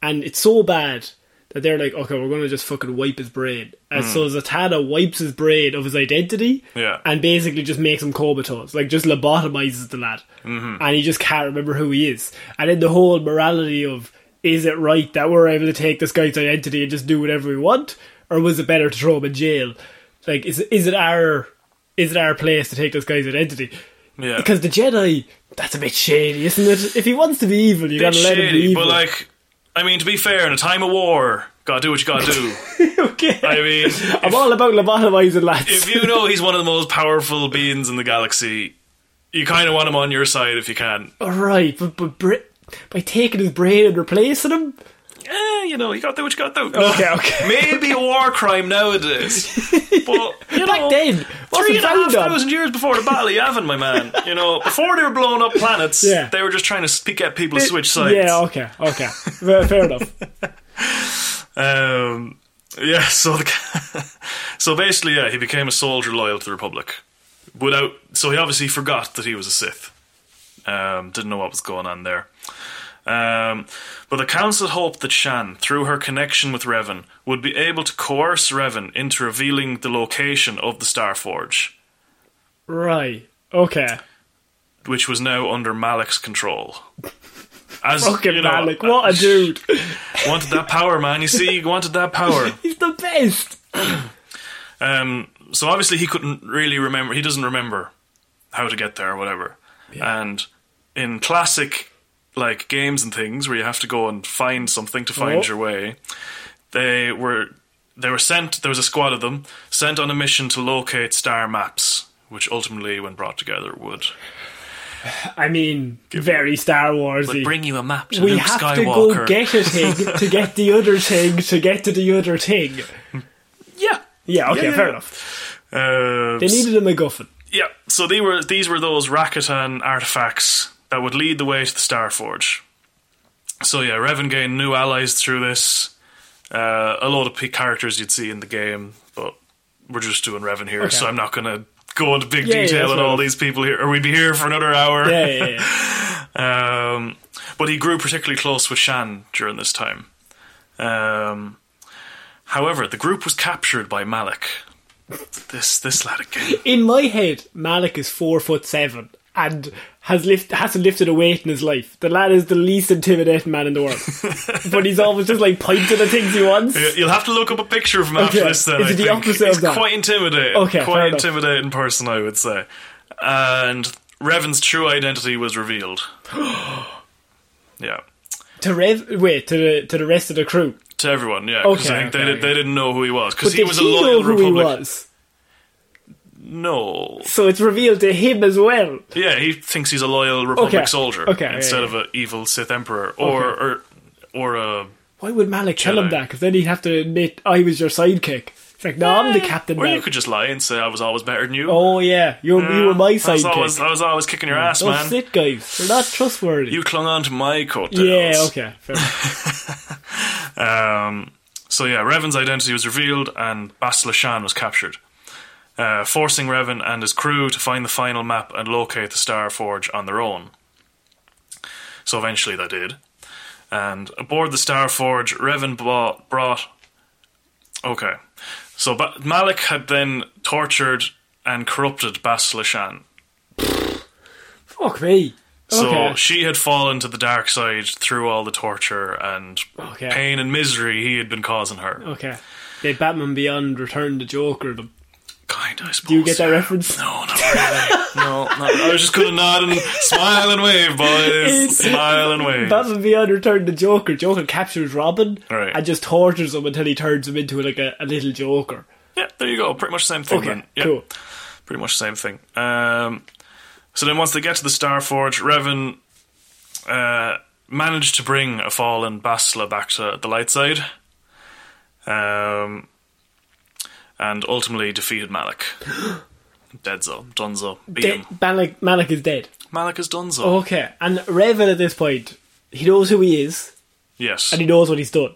Speaker 1: and it's so bad that they're like, okay, we're gonna just fucking wipe his brain. And so Zatanna wipes his brain of his identity,
Speaker 2: Hmm. Yeah.
Speaker 1: and basically just makes him comatose, like just lobotomizes the lad, mm-hmm. and he just can't remember who he is. And then the whole morality of is it right that we're able to take this guy's identity and just do whatever we want, or was it better to throw him in jail? Like, is is it our is it our place to take this guy's identity?
Speaker 2: Yeah.
Speaker 1: Because the Jedi, that's a bit shady, isn't it? If he wants to be evil, you
Speaker 2: bit
Speaker 1: gotta let him be
Speaker 2: shady,
Speaker 1: evil.
Speaker 2: but like, I mean, to be fair, in a time of war, gotta do what you gotta do.
Speaker 1: okay,
Speaker 2: I mean,
Speaker 1: I'm all about lobotomizing lads.
Speaker 2: if you know he's one of the most powerful beings in the galaxy, you kind of want him on your side if you can.
Speaker 1: right, but but Brit. By taking his brain and replacing him,
Speaker 2: Eh, you know, you got to do what you got to do.
Speaker 1: Okay, okay.
Speaker 2: Maybe a war crime nowadays, but you
Speaker 1: Back
Speaker 2: know,
Speaker 1: then,
Speaker 2: three
Speaker 1: wasn't
Speaker 2: and a half
Speaker 1: found on.
Speaker 2: thousand years before the Battle of Yavin, my man. You know, before they were blowing up planets,
Speaker 1: Yeah.
Speaker 2: they were just trying to pick at people to switch sides.
Speaker 1: Yeah, okay, okay. Fair, fair enough.
Speaker 2: Um, yeah, so the, so basically, yeah, he became a soldier loyal to the Republic. Without, so he obviously forgot that he was a Sith. Um, didn't know what was going on there. Um, but the Council hoped that Shan, through her connection with Revan, would be able to coerce Revan into revealing the location of the Star Forge,
Speaker 1: Right. Okay.
Speaker 2: which was now under Malik's control. As
Speaker 1: Fucking
Speaker 2: you know,
Speaker 1: Malik, what a dude.
Speaker 2: wanted that power, man. You see, he wanted that power.
Speaker 1: He's the best.
Speaker 2: Um, so obviously he couldn't really remember. He doesn't remember how to get there or whatever. And in classic like games and things where you have to go and find something to find
Speaker 1: Oh.
Speaker 2: your way, They were they were sent. There was a squad of them sent on a mission to locate star maps, which ultimately, when brought together, would
Speaker 1: I mean, very Star Warsy.
Speaker 2: would bring you a map to
Speaker 1: we
Speaker 2: Luke
Speaker 1: have
Speaker 2: Skywalker.
Speaker 1: to go get a thing to get the other thing to get to the other thing.
Speaker 2: yeah.
Speaker 1: Yeah, okay,
Speaker 2: Yeah, yeah,
Speaker 1: fair
Speaker 2: yeah.
Speaker 1: enough.
Speaker 2: Uh,
Speaker 1: They needed a MacGuffin.
Speaker 2: yeah. So they were these were those Rakatan artifacts that would lead the way to the Star Forge. So yeah, Revan gained new allies through this. Uh, a lot of p- characters you'd see in the game, but we're just doing Revan here, so I'm not going to go into big
Speaker 1: Yeah, yeah,
Speaker 2: detail
Speaker 1: that's
Speaker 2: on
Speaker 1: fair
Speaker 2: all
Speaker 1: enough.
Speaker 2: these people here, or we'd be here for another hour.
Speaker 1: Yeah, yeah, yeah.
Speaker 2: Um, but he grew particularly close with Shan during this time. Um, however, the group was captured by Malik. This this lad again.
Speaker 1: In my head, Malik is four foot seven and has lift hasn't lifted a weight in his life. The lad is the least intimidating man in the world, but he's always just like pointing at things he wants.
Speaker 2: You- You'll have to look up a picture of him after
Speaker 1: Okay.
Speaker 2: this. Then
Speaker 1: Is
Speaker 2: I
Speaker 1: it the
Speaker 2: think.
Speaker 1: opposite of
Speaker 2: He's
Speaker 1: that?
Speaker 2: quite intimidating.
Speaker 1: Okay, fair
Speaker 2: quite
Speaker 1: enough.
Speaker 2: intimidating person, I would say. And Revan's true identity was revealed. yeah,
Speaker 1: To rev, wait to the to the rest of the crew,
Speaker 2: to everyone. Yeah, because
Speaker 1: Okay,
Speaker 2: I think they,
Speaker 1: okay,
Speaker 2: did, they didn't know who he was
Speaker 1: but
Speaker 2: because he
Speaker 1: did
Speaker 2: was a
Speaker 1: he
Speaker 2: loyal
Speaker 1: know who
Speaker 2: Republic.
Speaker 1: he was?
Speaker 2: No,
Speaker 1: So it's revealed to him as well.
Speaker 2: Yeah, he thinks he's a loyal Republic
Speaker 1: Okay.
Speaker 2: soldier
Speaker 1: Okay, yeah,
Speaker 2: instead
Speaker 1: yeah.
Speaker 2: of an evil Sith Emperor or or or a.
Speaker 1: Why would Malik tell him
Speaker 2: Jedi.
Speaker 1: that? Because then he'd have to admit I was your sidekick. It's like, no, I'm the captain
Speaker 2: Or
Speaker 1: now.
Speaker 2: you could just lie and say I was always better than you.
Speaker 1: Oh yeah, you you were my
Speaker 2: I was always,
Speaker 1: sidekick. Mm. Oh,
Speaker 2: I was always kicking your ass,
Speaker 1: That's
Speaker 2: man.
Speaker 1: it, guys. You're not trustworthy.
Speaker 2: You clung on to my coat.
Speaker 1: yeah, okay. Fair enough.
Speaker 2: Um, so yeah, Revan's identity was revealed, and Bastila Shan was captured, uh, forcing Revan and his crew to find the final map and locate the Star Forge on their own. So eventually, they did, and aboard the Star Forge, Revan bought, brought. Okay, so ba- Malik had then tortured and corrupted Bastila Shan.
Speaker 1: Fuck me.
Speaker 2: So
Speaker 1: Okay.
Speaker 2: she had fallen to the dark side through all the torture and
Speaker 1: Okay.
Speaker 2: pain and misery he had been causing her.
Speaker 1: Okay. They Batman Beyond Return the Joker. The,
Speaker 2: Kind, I suppose.
Speaker 1: do you get that reference?
Speaker 2: No, not really. no, not, I was just gonna nod and smile and wave, boys.
Speaker 1: It's-
Speaker 2: smile and wave.
Speaker 1: Batman Beyond Return the Joker. Joker captures Robin
Speaker 2: Right.
Speaker 1: and just tortures him until he turns him into like a, a little Joker.
Speaker 2: yeah, there you go. Pretty much the same thing.
Speaker 1: Okay,
Speaker 2: then. Yeah,
Speaker 1: cool.
Speaker 2: Pretty much the same thing. Um, so then, once they get to the Star Forge, Revan uh, managed to bring a fallen Bastila back to the light side, um, and ultimately defeated Malik. Deadzo, Dunzo, beat
Speaker 1: De-
Speaker 2: him.
Speaker 1: Malik, Malik is dead.
Speaker 2: Malik is Dunzo.
Speaker 1: Okay. And Revan at this point, he knows who he is
Speaker 2: yes.
Speaker 1: and he knows what he's done.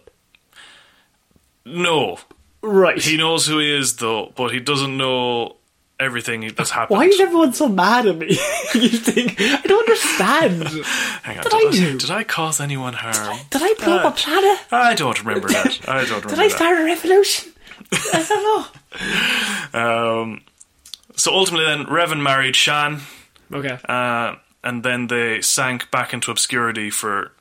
Speaker 2: no.
Speaker 1: Right.
Speaker 2: He knows who he is, though, but he doesn't know everything that's happened.
Speaker 1: Why is everyone so mad at me? you think I don't understand? Did
Speaker 2: Hang on,
Speaker 1: Did
Speaker 2: did,
Speaker 1: I
Speaker 2: I,
Speaker 1: do?
Speaker 2: did I cause anyone harm? Uh,
Speaker 1: I blow up a planet?
Speaker 2: I don't remember that. I don't remember
Speaker 1: Did I
Speaker 2: that.
Speaker 1: start a revolution? I don't know.
Speaker 2: Um, so ultimately, then Revan married Shan,
Speaker 1: Okay.
Speaker 2: uh, and then they sank back into obscurity for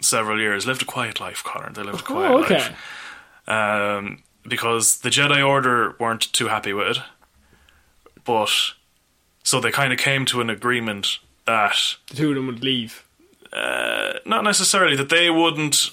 Speaker 2: several years. Lived a quiet life, Connor. They lived a quiet
Speaker 1: oh, okay.
Speaker 2: life um, because the Jedi Order weren't too happy with it. But so they kind of came to an agreement that
Speaker 1: The two of them would leave.
Speaker 2: not necessarily that they wouldn't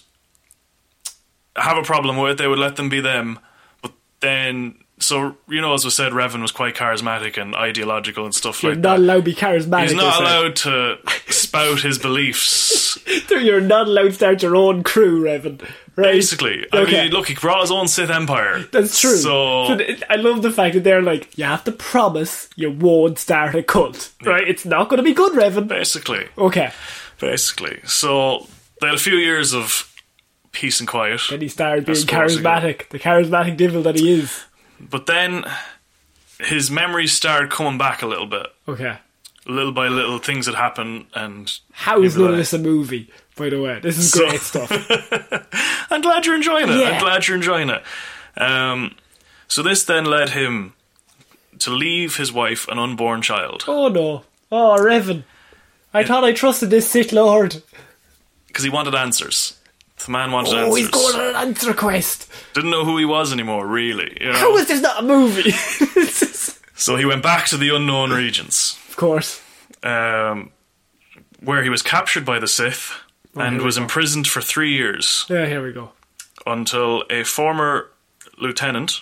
Speaker 2: have a problem with it. They would let them be them. But then, so you know, as was said, Revan was quite charismatic and ideological and stuff
Speaker 1: You're
Speaker 2: like
Speaker 1: not
Speaker 2: that.
Speaker 1: allowed to be charismatic.
Speaker 2: uh, He's not
Speaker 1: they said.
Speaker 2: allowed to spout his beliefs.
Speaker 1: You're not allowed to start your own crew, Revan. Right?
Speaker 2: Basically, I
Speaker 1: Okay.
Speaker 2: mean, look, he brought his own Sith Empire.
Speaker 1: That's true.
Speaker 2: So
Speaker 1: But it- I love the fact that they're like, you have to promise you won't start a cult. Right? It's not going to be good, Revan.
Speaker 2: basically,
Speaker 1: Okay.
Speaker 2: basically, so they had a few years of peace and quiet.
Speaker 1: Then he started being
Speaker 2: suppose again.
Speaker 1: charismatic. The charismatic devil that he is.
Speaker 2: But then his memories started coming back a little bit.
Speaker 1: Okay.
Speaker 2: little by little things that happen and
Speaker 1: How is
Speaker 2: People
Speaker 1: none of
Speaker 2: are-
Speaker 1: this a movie? By the way, this is
Speaker 2: So-
Speaker 1: great stuff.
Speaker 2: I'm glad you're enjoying it.
Speaker 1: Yeah.
Speaker 2: I'm glad you're enjoying it. Um, so this then led him to leave his wife and unborn child
Speaker 1: Oh no! Oh Revan, I thought I trusted this Sith Lord.
Speaker 2: because he wanted answers. The man wanted
Speaker 1: Oh,
Speaker 2: answers.
Speaker 1: he's going on an answer quest.
Speaker 2: Didn't know who he was anymore, really. you know?
Speaker 1: How is this not a movie? This is-
Speaker 2: so he went back to the unknown regions,
Speaker 1: of course.
Speaker 2: um,
Speaker 1: Oh,
Speaker 2: where he was captured by the Sith and was imprisoned for three years.
Speaker 1: Yeah, here we go.
Speaker 2: until a former lieutenant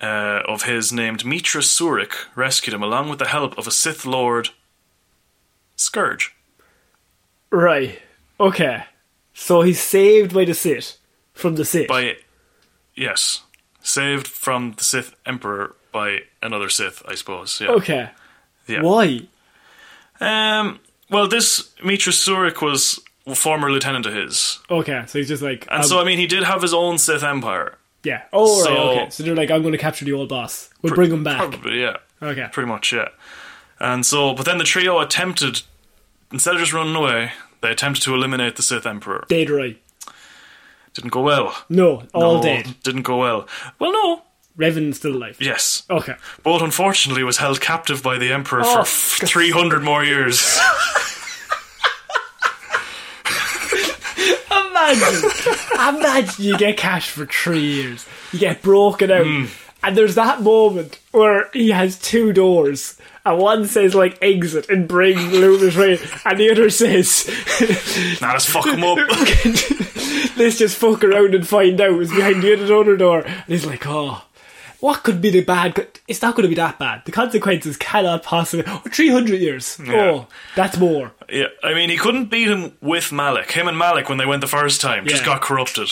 Speaker 2: uh, of his named Mitra Surik rescued him along with the help of a Sith Lord Scourge.
Speaker 1: Right. Okay. So he's saved by the Sith. From the Sith.
Speaker 2: By yes, saved from the Sith Emperor by another Sith, I suppose. Yeah.
Speaker 1: okay.
Speaker 2: Yeah.
Speaker 1: Why?
Speaker 2: Um. Well, this Mitra Surik was a former lieutenant of his,
Speaker 1: Okay. So he's just like.
Speaker 2: and
Speaker 1: um,
Speaker 2: so I mean, he did have his own Sith Empire.
Speaker 1: yeah. Oh, right.
Speaker 2: so-
Speaker 1: okay. So they're like, I'm going to capture the old boss. We'll bring him back.
Speaker 2: Probably, yeah.
Speaker 1: Okay.
Speaker 2: Pretty much, yeah. And so, but then the trio attempted, instead of just running away, they attempted to eliminate the Sith Emperor.
Speaker 1: Dead right.
Speaker 2: Didn't go well.
Speaker 1: No, all
Speaker 2: No,
Speaker 1: dead.
Speaker 2: Didn't go well. Well, no.
Speaker 1: Revan's still alive.
Speaker 2: Yes.
Speaker 1: Okay.
Speaker 2: Both unfortunately was held captive by the Emperor
Speaker 1: Oh,
Speaker 2: for f- 300 more years.
Speaker 1: Imagine, imagine you get cash for three years. You get broken out,
Speaker 2: Hmm.
Speaker 1: and there's that moment where he has two doors, and one says like exit and bring Luminous Ray, and the other says,
Speaker 2: nah, let's fuck him up.
Speaker 1: "Let's just fuck around and find out who's behind the other- other door." And he's like, "Oh." What could be the bad? co- It's not going to be that bad. The consequences cannot possibly. oh, Three hundred years. Oh, that's more.
Speaker 2: yeah, I mean, he couldn't beat him with Malik. Him and Malik, when they went the first time, just
Speaker 1: Yeah.
Speaker 2: got corrupted.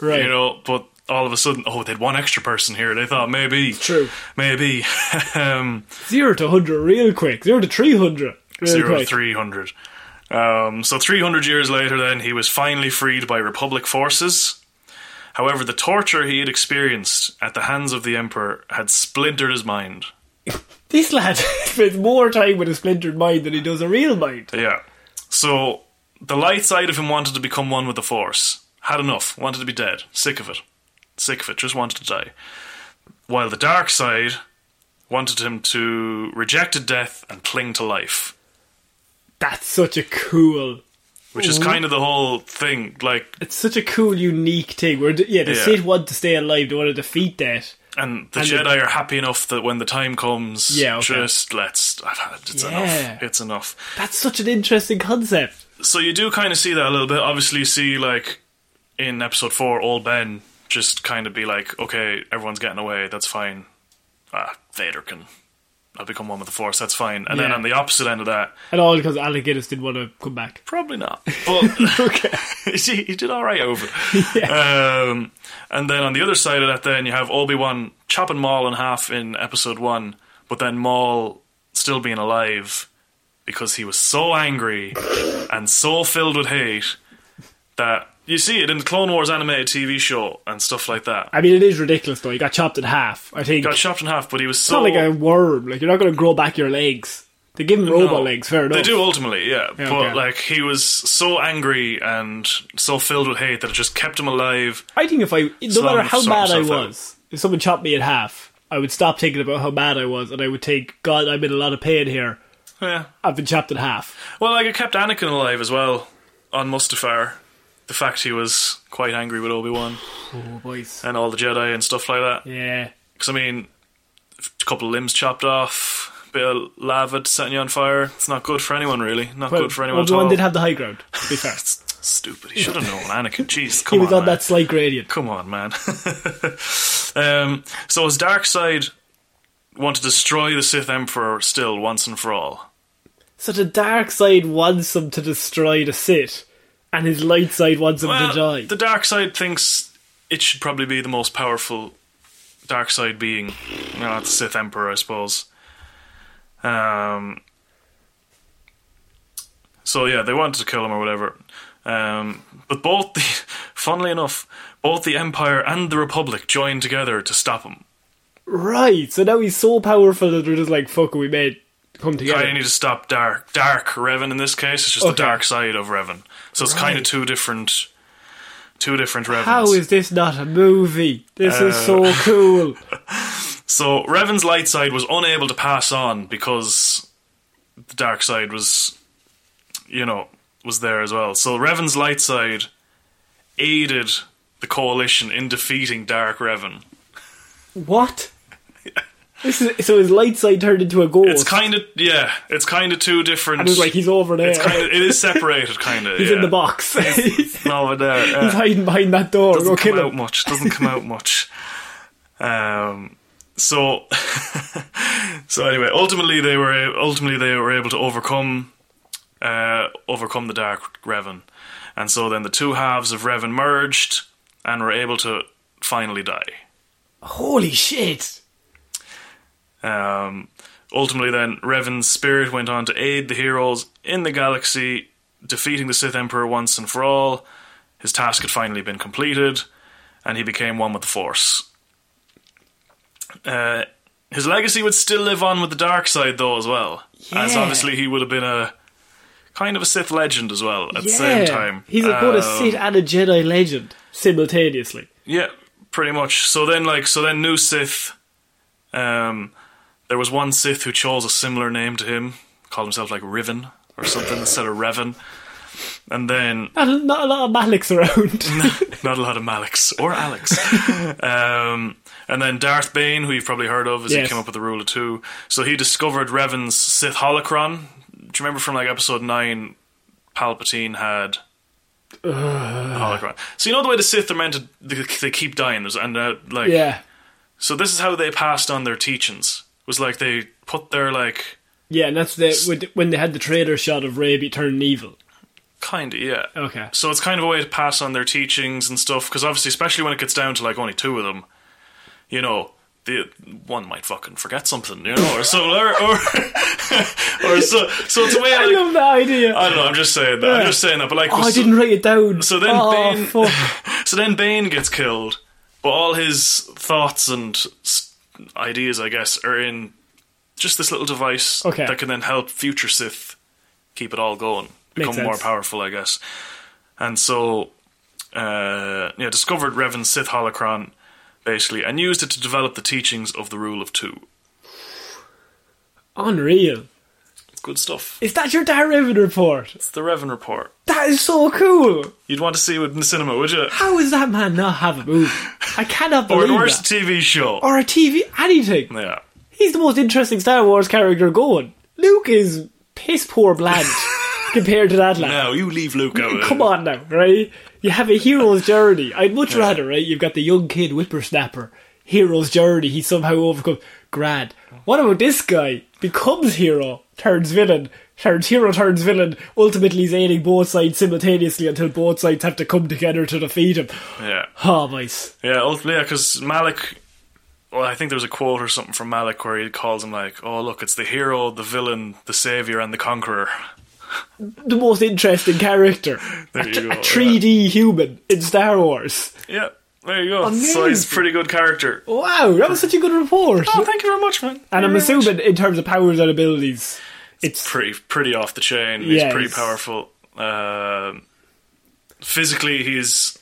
Speaker 1: Right.
Speaker 2: You know, but all of a sudden, oh, they'd one extra person here. They thought maybe.
Speaker 1: true.
Speaker 2: Maybe. um,
Speaker 1: Zero to hundred real quick. Zero to three hundred. Real
Speaker 2: zero
Speaker 1: quick.
Speaker 2: three hundred. Um, so three hundred years later, then he was finally freed by Republic forces. However, the torture he had experienced at the hands of the Emperor had splintered his mind.
Speaker 1: This lad spends more time with a splintered mind than he does a real mind.
Speaker 2: Yeah. So the light side of him wanted to become one with the Force. Had enough. Wanted to be dead. Sick of it. Sick of it. Just wanted to die. While the dark side wanted him to rejected death and cling to life.
Speaker 1: That's such a cool.
Speaker 2: Which is kind of the whole thing. Like
Speaker 1: It's such a cool, unique thing. Where the- yeah, the
Speaker 2: Yeah.
Speaker 1: Sith want to stay alive. They want to defeat that.
Speaker 2: And the
Speaker 1: And the-
Speaker 2: Jedi are happy enough that when the time comes,
Speaker 1: Yeah, okay.
Speaker 2: just let's. I've had it's
Speaker 1: Yeah.
Speaker 2: enough. It's enough.
Speaker 1: That's such an interesting concept.
Speaker 2: So you do kind of see that a little bit. Obviously, you see like in episode four, old Ben just kind of be like, "Okay, everyone's getting away. That's fine. Ah, Vader can. I'll become one with the Force. That's fine." And then
Speaker 1: Yeah.
Speaker 2: on the opposite end of that,
Speaker 1: And all because Alec Guinness didn't want to come back.
Speaker 2: probably not. But he, he did all right over. it. Um, and then on the other side of that, then you have Obi Wan chopping Maul in half in Episode One, but then Maul still being alive because he was so angry and so filled with hate that you see it in the Clone Wars animated TV show and stuff like that.
Speaker 1: I mean, it is ridiculous though. He got chopped in half. I think
Speaker 2: He got chopped in half, but he was
Speaker 1: it's
Speaker 2: so
Speaker 1: not like a worm. Like you're not going to grow back your legs. They give him robot
Speaker 2: No.
Speaker 1: legs. Fair enough.
Speaker 2: They do ultimately, yeah.
Speaker 1: Yeah,
Speaker 2: but
Speaker 1: okay.
Speaker 2: like he was so angry and so filled with hate that it just kept him alive.
Speaker 1: I think if I, no
Speaker 2: So
Speaker 1: matter
Speaker 2: I'm
Speaker 1: how
Speaker 2: sorting
Speaker 1: bad I
Speaker 2: myself out.
Speaker 1: was, if someone chopped me in half, I would stop thinking about how bad I was, and I would take, God, I'm in a lot of pain here.
Speaker 2: Yeah.
Speaker 1: I've been chopped in half.
Speaker 2: Well, like it kept Anakin alive as well on Mustafar. The fact he was quite angry with Obi Wan
Speaker 1: Oh, boys.
Speaker 2: and all the Jedi and stuff like that.
Speaker 1: Yeah.
Speaker 2: Because I mean, a couple of limbs chopped off, bit of lava setting you on fire. It's not good for anyone, really. Not
Speaker 1: Well,
Speaker 2: good for anyone
Speaker 1: Obi
Speaker 2: at all.
Speaker 1: Wan did have the high ground. To be fair,
Speaker 2: Stupid. He should have known, Anakin. Jeez,
Speaker 1: he
Speaker 2: come
Speaker 1: was on,
Speaker 2: on, man.
Speaker 1: that slight gradient.
Speaker 2: Come on, man. um, so his dark side want to destroy the Sith Emperor still once and for all.
Speaker 1: So the dark side wants him to destroy the Sith, and his light side wants him to
Speaker 2: Well,
Speaker 1: die.
Speaker 2: the dark side thinks it should probably be the most powerful dark side being, you know, the Sith Emperor, I suppose. Um. So yeah, they wanted to kill him or whatever. Um, but both the, funnily enough, both the Empire and the Republic joined together to stop him.
Speaker 1: right. So now he's so powerful that they're just like, "Fuck, we made come
Speaker 2: I
Speaker 1: together."
Speaker 2: need to stop Dark. Dark Revan in this case. It's just
Speaker 1: Okay.
Speaker 2: the dark side of Revan. So it's kind of
Speaker 1: Right.
Speaker 2: two different, two different Revans.
Speaker 1: How is this not a movie? This is
Speaker 2: Uh.
Speaker 1: so cool.
Speaker 2: so Revan's light side was unable to pass on because the dark side was, you know, was there as well. So Revan's light side aided the coalition in defeating Dark Revan.
Speaker 1: What? This is, so his light side turned into a ghost.
Speaker 2: It's kind of yeah. It's kind of two different.
Speaker 1: and it's like he's over there.
Speaker 2: it's kind of it is separated. Kind of.
Speaker 1: he's
Speaker 2: yeah.
Speaker 1: in the box. he's
Speaker 2: No, uh, there. Yeah.
Speaker 1: hiding behind that door.
Speaker 2: doesn't
Speaker 1: Go
Speaker 2: come
Speaker 1: kill
Speaker 2: out
Speaker 1: him.
Speaker 2: much. Doesn't come out much. Um, so, so anyway, ultimately they were ultimately they were able to overcome uh, overcome the Dark Revan, and so then the two halves of Revan merged and were able to finally die.
Speaker 1: Holy shit!
Speaker 2: Um, ultimately, then Revan's spirit went on to aid the heroes in the galaxy, defeating the Sith Emperor once and for all. His task had finally been completed, and he became one with the Force. Uh, his legacy would still live on with the dark side, though, as well, as
Speaker 1: Yeah.
Speaker 2: obviously he would have been a kind of a Sith legend as well at the
Speaker 1: yeah,
Speaker 2: same time.
Speaker 1: he's a, both a
Speaker 2: Um,
Speaker 1: Sith and a Jedi legend simultaneously.
Speaker 2: yeah, pretty much. So then, like, so then, new Sith. Um, there was one Sith who chose a similar name to him, called himself like Riven or something instead of Revan. And then,
Speaker 1: Not, a- not a lot of Maliks around.
Speaker 2: not a lot of Maliks or Alex. um, and then Darth Bane, who you've probably heard of, as he
Speaker 1: Yes.
Speaker 2: came up with the rule of two. So he discovered Revan's Sith holocron. Do you remember from like episode nine? Palpatine had a holocron. So you know the way the Sith are meant to they, they keep dying, there's- and uh, like
Speaker 1: yeah,
Speaker 2: so this is how they passed on their teachings. Was like they put their like
Speaker 1: yeah, and that's the, with- when they had the trailer shot of Raby turning evil.
Speaker 2: kind of yeah.
Speaker 1: Okay.
Speaker 2: So it's kind of a way to pass on their teachings and stuff. Because obviously, especially when it gets down to like only two of them, you know, the one might fucking forget something, you know, or so, or or, or so. So it's a way.
Speaker 1: I
Speaker 2: Like,
Speaker 1: love that idea.
Speaker 2: I don't know. I'm just saying that. I'm just saying that. But like,
Speaker 1: oh, I
Speaker 2: so-
Speaker 1: didn't write it down.
Speaker 2: So then
Speaker 1: oh,
Speaker 2: Bane-
Speaker 1: fuck.
Speaker 2: So then Bane gets killed, but all his thoughts and s- ideas, I guess, are in just this little device
Speaker 1: Okay.
Speaker 2: that can then help future Sith keep it all going, become more
Speaker 1: sense.
Speaker 2: powerful, I guess. And so, uh, yeah, discovered Revan's Sith holocron, basically, and used it to develop the teachings of the Rule of Two.
Speaker 1: Unreal.
Speaker 2: It's good stuff.
Speaker 1: Is that your Dark Raven report?
Speaker 2: It's the Revan Report.
Speaker 1: That is so cool.
Speaker 2: You'd want to see it in the cinema, would you?
Speaker 1: How does that man not have a movie? I cannot
Speaker 2: Or
Speaker 1: believe
Speaker 2: the worst
Speaker 1: that.
Speaker 2: TV show.
Speaker 1: or a TV, anything.
Speaker 2: yeah.
Speaker 1: He's the most interesting Star Wars character going. Luke is piss poor bland compared to that lad.
Speaker 2: Now, you leave Luke out. of it.
Speaker 1: Mm, Come on now, right? You have a hero's journey. I'd much rather, right? You've got the young kid whippersnapper, hero's journey. He somehow overcomes. Grad. What about this guy? Becomes hero, turns villain, turns hero, turns villain. Ultimately, he's aiding both sides simultaneously until both sides have to come together to defeat him.
Speaker 2: Yeah.
Speaker 1: Oh, mice.
Speaker 2: Yeah, ultimately, because Malik. Well, I think there was a quote or something from Malik where he calls him like, "Oh, look, it's the hero, the villain, the savior, and the conqueror."
Speaker 1: The most interesting character.
Speaker 2: There
Speaker 1: a,
Speaker 2: you
Speaker 1: a
Speaker 2: go, yeah.
Speaker 1: 3D human in Star Wars.
Speaker 2: Yeah, there you go. So he's a
Speaker 1: Amazing.
Speaker 2: pretty good character.
Speaker 1: Wow, that was such a good report.
Speaker 2: Oh, thank you very much, man.
Speaker 1: and I'm
Speaker 2: Thank you very much.
Speaker 1: assuming, in terms of powers and abilities, it's
Speaker 2: pretty pretty off the chain.
Speaker 1: Yeah,
Speaker 2: he's pretty
Speaker 1: he's-
Speaker 2: powerful. Um, physically, he's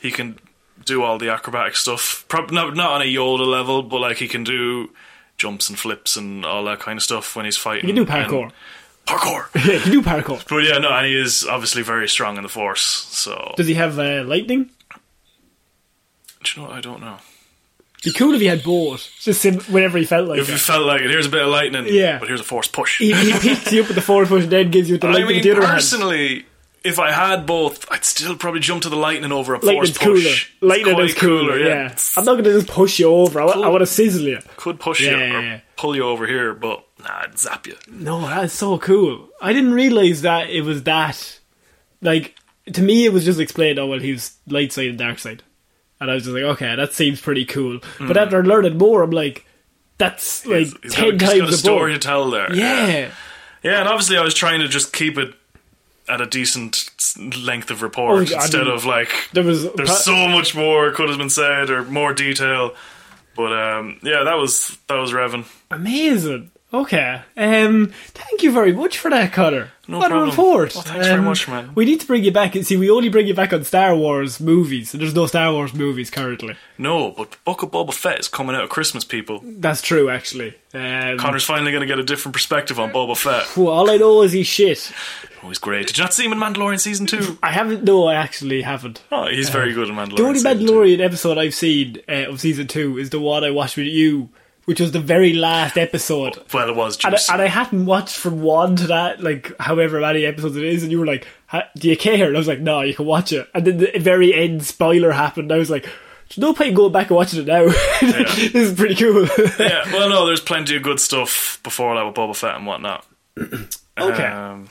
Speaker 2: he can do all the acrobatic stuff. Prob- not not on a Yoda level, but like he can do jumps and flips and all that kind of stuff when he's fighting.
Speaker 1: you can do
Speaker 2: and-
Speaker 1: parkour.
Speaker 2: parkour.
Speaker 1: Yeah, he do parkour.
Speaker 2: But yeah, no, and he is obviously very strong in the force. So
Speaker 1: Does he have uh, lightning?
Speaker 2: do you know what? I don't know.
Speaker 1: Be cool if he had both. Just sim- whenever he felt like
Speaker 2: If you
Speaker 1: it.
Speaker 2: felt like it, here's a bit of lightning.
Speaker 1: Yeah.
Speaker 2: but here's a force push.
Speaker 1: He, he picks you up with the forward push and then gives you with the
Speaker 2: I
Speaker 1: lightning
Speaker 2: mean,
Speaker 1: with the other hand.
Speaker 2: personally, if I had both, I'd still probably jump to the lightning over a force
Speaker 1: Lightning's
Speaker 2: push.
Speaker 1: cooler.
Speaker 2: It's
Speaker 1: Lightning
Speaker 2: quite
Speaker 1: is cooler, yeah.
Speaker 2: It's-
Speaker 1: I'm not going to just push you over. I, wa- I
Speaker 2: Cool.
Speaker 1: want to sizzle you.
Speaker 2: Could push
Speaker 1: Yeah,
Speaker 2: you
Speaker 1: yeah,
Speaker 2: or
Speaker 1: yeah.
Speaker 2: pull you over here, but nah, I'd zap you.
Speaker 1: No, that's so cool. I didn't realize that it was that. Like, to me, it was just explained, oh, well, he was light side and dark side. And I was just like, okay, that seems pretty cool.
Speaker 2: Hmm.
Speaker 1: But after learning more, I'm like, that's like 10
Speaker 2: He's got, he's
Speaker 1: times
Speaker 2: got a
Speaker 1: above.
Speaker 2: story to tell there.
Speaker 1: Yeah.
Speaker 2: Yeah, and obviously I was trying to just keep it at a decent s- length of report
Speaker 1: Oh, yeah, I
Speaker 2: instead
Speaker 1: mean,
Speaker 2: of like
Speaker 1: There was
Speaker 2: there's
Speaker 1: pro-
Speaker 2: so much more could have been said or more detail. But um, yeah, that was that was Revan.
Speaker 1: Amazing. Okay. Um. Thank you very much for that, Connor.
Speaker 2: No
Speaker 1: what
Speaker 2: problem.
Speaker 1: a report.
Speaker 2: Oh, thanks very
Speaker 1: Um,
Speaker 2: much, man.
Speaker 1: We need to bring you back. See, we only bring you back on Star Wars movies. and There's no Star Wars movies currently.
Speaker 2: No, but Book of Boba Fett is coming out at Christmas, people.
Speaker 1: That's true, actually. Um,
Speaker 2: Connor's finally going to get a different perspective on Boba Fett.
Speaker 1: well, all I know is he's shit.
Speaker 2: Oh, he's great. Did you not see him in Mandalorian season two?
Speaker 1: I haven't. No, I actually haven't.
Speaker 2: Oh, he's very good in Mandalorian.
Speaker 1: The only
Speaker 2: season two.
Speaker 1: Mandalorian episode I've seen uh, of season two is the one I watched with you which was the very last episode.
Speaker 2: Well, it was
Speaker 1: And I,
Speaker 2: juicy.
Speaker 1: and I hadn't watched from one to that, like however many episodes it is, and you were like, "Ha- "Do you care?" And I was like, "No, you can watch it." And then the very end spoiler happened. And I was like, "There's no point in going back and watching it now. this is pretty cool."
Speaker 2: yeah, well, no, there's plenty of good stuff before that with Boba Fett and whatnot.
Speaker 1: Okay.
Speaker 2: Um,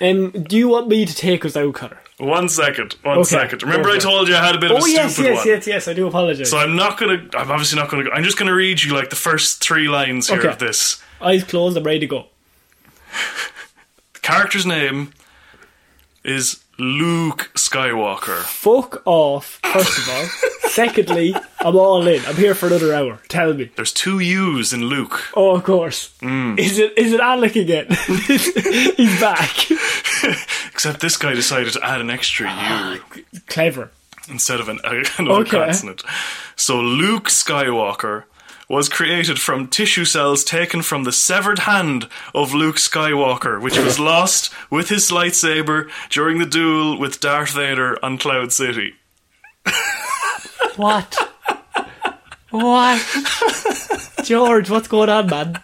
Speaker 1: um, do you want me to take us out, Cutter?
Speaker 2: one second, one second.
Speaker 1: Okay,
Speaker 2: Remember,
Speaker 1: go for
Speaker 2: I
Speaker 1: it.
Speaker 2: told you I had a bit of a
Speaker 1: Oh yes,
Speaker 2: stupid
Speaker 1: yes,
Speaker 2: one.
Speaker 1: yes, yes. I do apologize.
Speaker 2: So I'm not gonna. I'm obviously not gonna. I'm just gonna read you like the first three lines here
Speaker 1: Okay.
Speaker 2: of this.
Speaker 1: Eyes closed. I'm ready to go.
Speaker 2: The character's name is Luke Skywalker.
Speaker 1: Fuck off. First of all. Secondly, I'm all in. I'm here for another hour. Tell me.
Speaker 2: There's two U's in Luke.
Speaker 1: Oh, of course.
Speaker 2: Mm.
Speaker 1: Is it is it Alec again? He's back.
Speaker 2: Except this guy decided to add an extra U
Speaker 1: Clever.
Speaker 2: instead of an, another
Speaker 1: Ah. Okay.
Speaker 2: consonant. So Luke Skywalker was created from tissue cells taken from the severed hand of Luke Skywalker, which was lost with his lightsaber during the duel with Darth Vader on Cloud City.
Speaker 1: What? what? George, what's going on, man?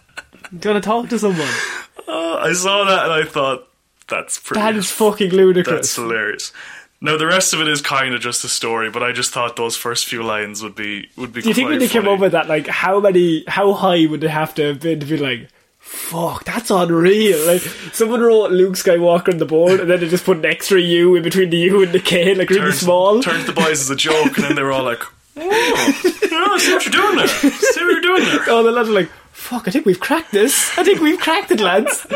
Speaker 1: Do you want to talk to someone?
Speaker 2: Uh, I saw that and I thought, that's pretty.
Speaker 1: That is fucking ludicrous.
Speaker 2: That's hilarious. Now the rest of it is kind of just a story, but I just thought those first few lines would be would be.
Speaker 1: Do you think
Speaker 2: quite
Speaker 1: when they came
Speaker 2: funny.
Speaker 1: up with that, like, how many, how high would they have to have been to be like, fuck, that's unreal? Like, someone wrote Luke Skywalker on the board, and then they just put an extra U in between the U and the K, like really
Speaker 2: turned,
Speaker 1: small.
Speaker 2: turned to the boys as a joke, and then they were all like, "Oh, yeah, I see what you're doing there. I see what you're doing there."
Speaker 1: Oh, the lads are like, fuck, I think we've cracked this. I think we've cracked it, lads.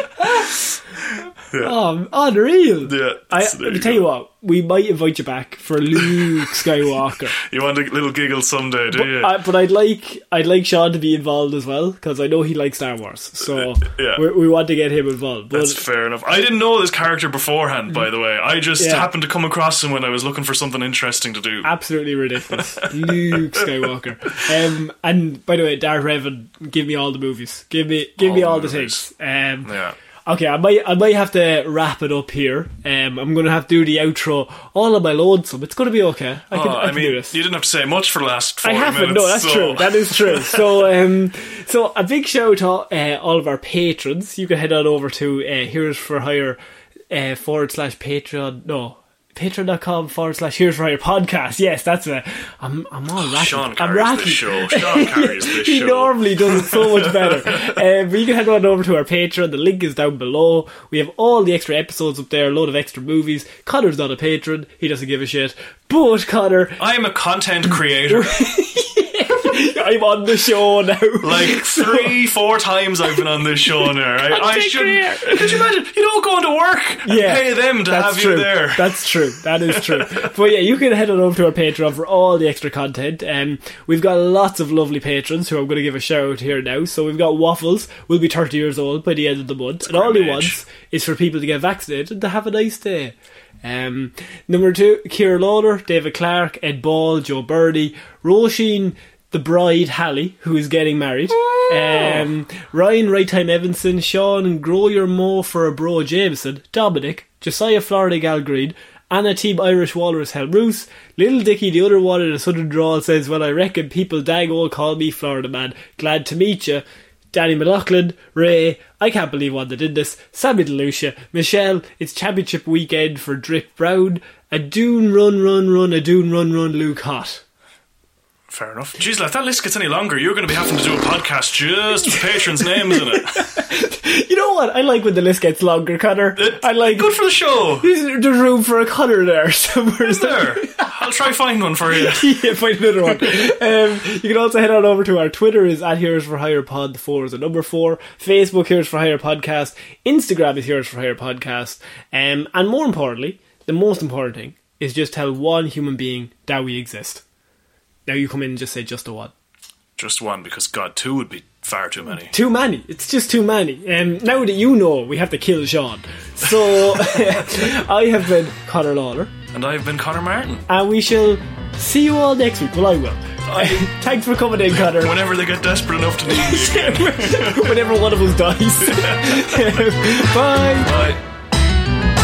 Speaker 1: Oh, unreal.
Speaker 2: Yeah,
Speaker 1: I,
Speaker 2: so there
Speaker 1: let me
Speaker 2: you
Speaker 1: tell
Speaker 2: go.
Speaker 1: you what, we might invite you back for Luke Skywalker.
Speaker 2: You want a little giggle someday, do you?
Speaker 1: I, but I'd like I'd like Sean to be involved as well because I know he likes Star Wars, so
Speaker 2: Yeah.
Speaker 1: we we want to get him involved. But
Speaker 2: That's fair enough. I didn't know this character beforehand, by the way. I just
Speaker 1: Yeah.
Speaker 2: happened to come across him when I was looking for something interesting to do.
Speaker 1: absolutely ridiculous, Luke Skywalker. Um, and by the way, Darth Revan, give me all the movies, give me give me
Speaker 2: All
Speaker 1: all
Speaker 2: the
Speaker 1: the things. Um,
Speaker 2: Yeah.
Speaker 1: Okay, I might I might have to wrap it up here. Um, I'm gonna have to do the outro all on my lonesome. It's gonna be okay. I can,
Speaker 2: Oh,
Speaker 1: I
Speaker 2: I
Speaker 1: can
Speaker 2: mean,
Speaker 1: do
Speaker 2: you
Speaker 1: this.
Speaker 2: didn't have to say much for the last. 40
Speaker 1: I haven't.
Speaker 2: Minutes,
Speaker 1: No, that's
Speaker 2: so-
Speaker 1: true. That is true. So, um, so a big shout out uh, all of our patrons. You can head on over to uh, Heroes for Hire uh, forward slash Patreon. No. Patreon.com forward slash Heroes for Hire podcast. Yes, that's it. I'm, I'm all rattled.
Speaker 2: Oh, Sean
Speaker 1: I'm
Speaker 2: carries
Speaker 1: rattled.
Speaker 2: this show. Sean carries this
Speaker 1: he
Speaker 2: show.
Speaker 1: normally does it so much better. um, but you can head on over to our Patreon. The link is down below. We have all the extra episodes up there, a load of extra movies. Connor's not a patron. He doesn't give a shit. But Connor,
Speaker 2: I am a content creator.
Speaker 1: I'm on the show now.
Speaker 2: Like three, four times I've been on this show now. I, I
Speaker 1: Content
Speaker 2: shouldn't. Could you imagine? You don't go into work and pay them to
Speaker 1: that's
Speaker 2: have
Speaker 1: true.
Speaker 2: you there.
Speaker 1: That's true. That is true. but yeah, you can head on over to our Patreon for all the extra content. Um, we've got lots of lovely patrons who I'm going to give a shout out here now. So we've got Waffles, will be 30 years old by the end of the month, and all he
Speaker 2: age.
Speaker 1: wants is for people to get vaccinated and to have a nice day. Um, number two, Kira Lawler, David Clark, Ed Ball, Joe Birdie, Roisin, the bride Hallie, who is getting married. Um, Ryan Right Time Evanson, Sean Grow Your Mo for a Bro Jameson, Dominic, Josiah Florida Gal Green, Anna Team Irish Walrus Hell Roos, Little Dicky the other one in a southern drawl says, Well I reckon people dang all call me Florida man. Glad to meet you. Danny McLaughlin, Ray, I can't believe Wanda did this, Sammy DeLucia, Michelle, it's championship weekend for Drip Brown, a Dune run run run, a Dune run run Luke Hot.
Speaker 2: Fair enough. Jeez, like, if that list gets any longer, you're going to be having to do a podcast just with patrons' names in it.
Speaker 1: You know what? I like when the list gets longer, Connor. I like
Speaker 2: Good for the show.
Speaker 1: there's, there's room for a Connor there somewhere.
Speaker 2: Is there? I'll try find one for you.
Speaker 1: yeah, find another one. Um, you can also head on over to our Twitter is at Heroes for Hire Pod. The four is the number four. Facebook Heroes for Hire Podcast. Instagram is Heroes for Hire Podcast. Um, and more importantly, the most important thing is just tell one human being that we exist. Now you come in and just say just a one.
Speaker 2: Just one, because God, two would be far too many.
Speaker 1: Too many. It's just too many. Um, now that you know, we have to kill Sean. So I have been Connor Lawler,
Speaker 2: And I've been Connor Martin.
Speaker 1: and we shall see you all next week. Well, I will.
Speaker 2: I-
Speaker 1: Thanks for coming in, Connor.
Speaker 2: Whenever they get desperate enough to need me.
Speaker 1: whenever one of us dies. Bye.
Speaker 2: Bye.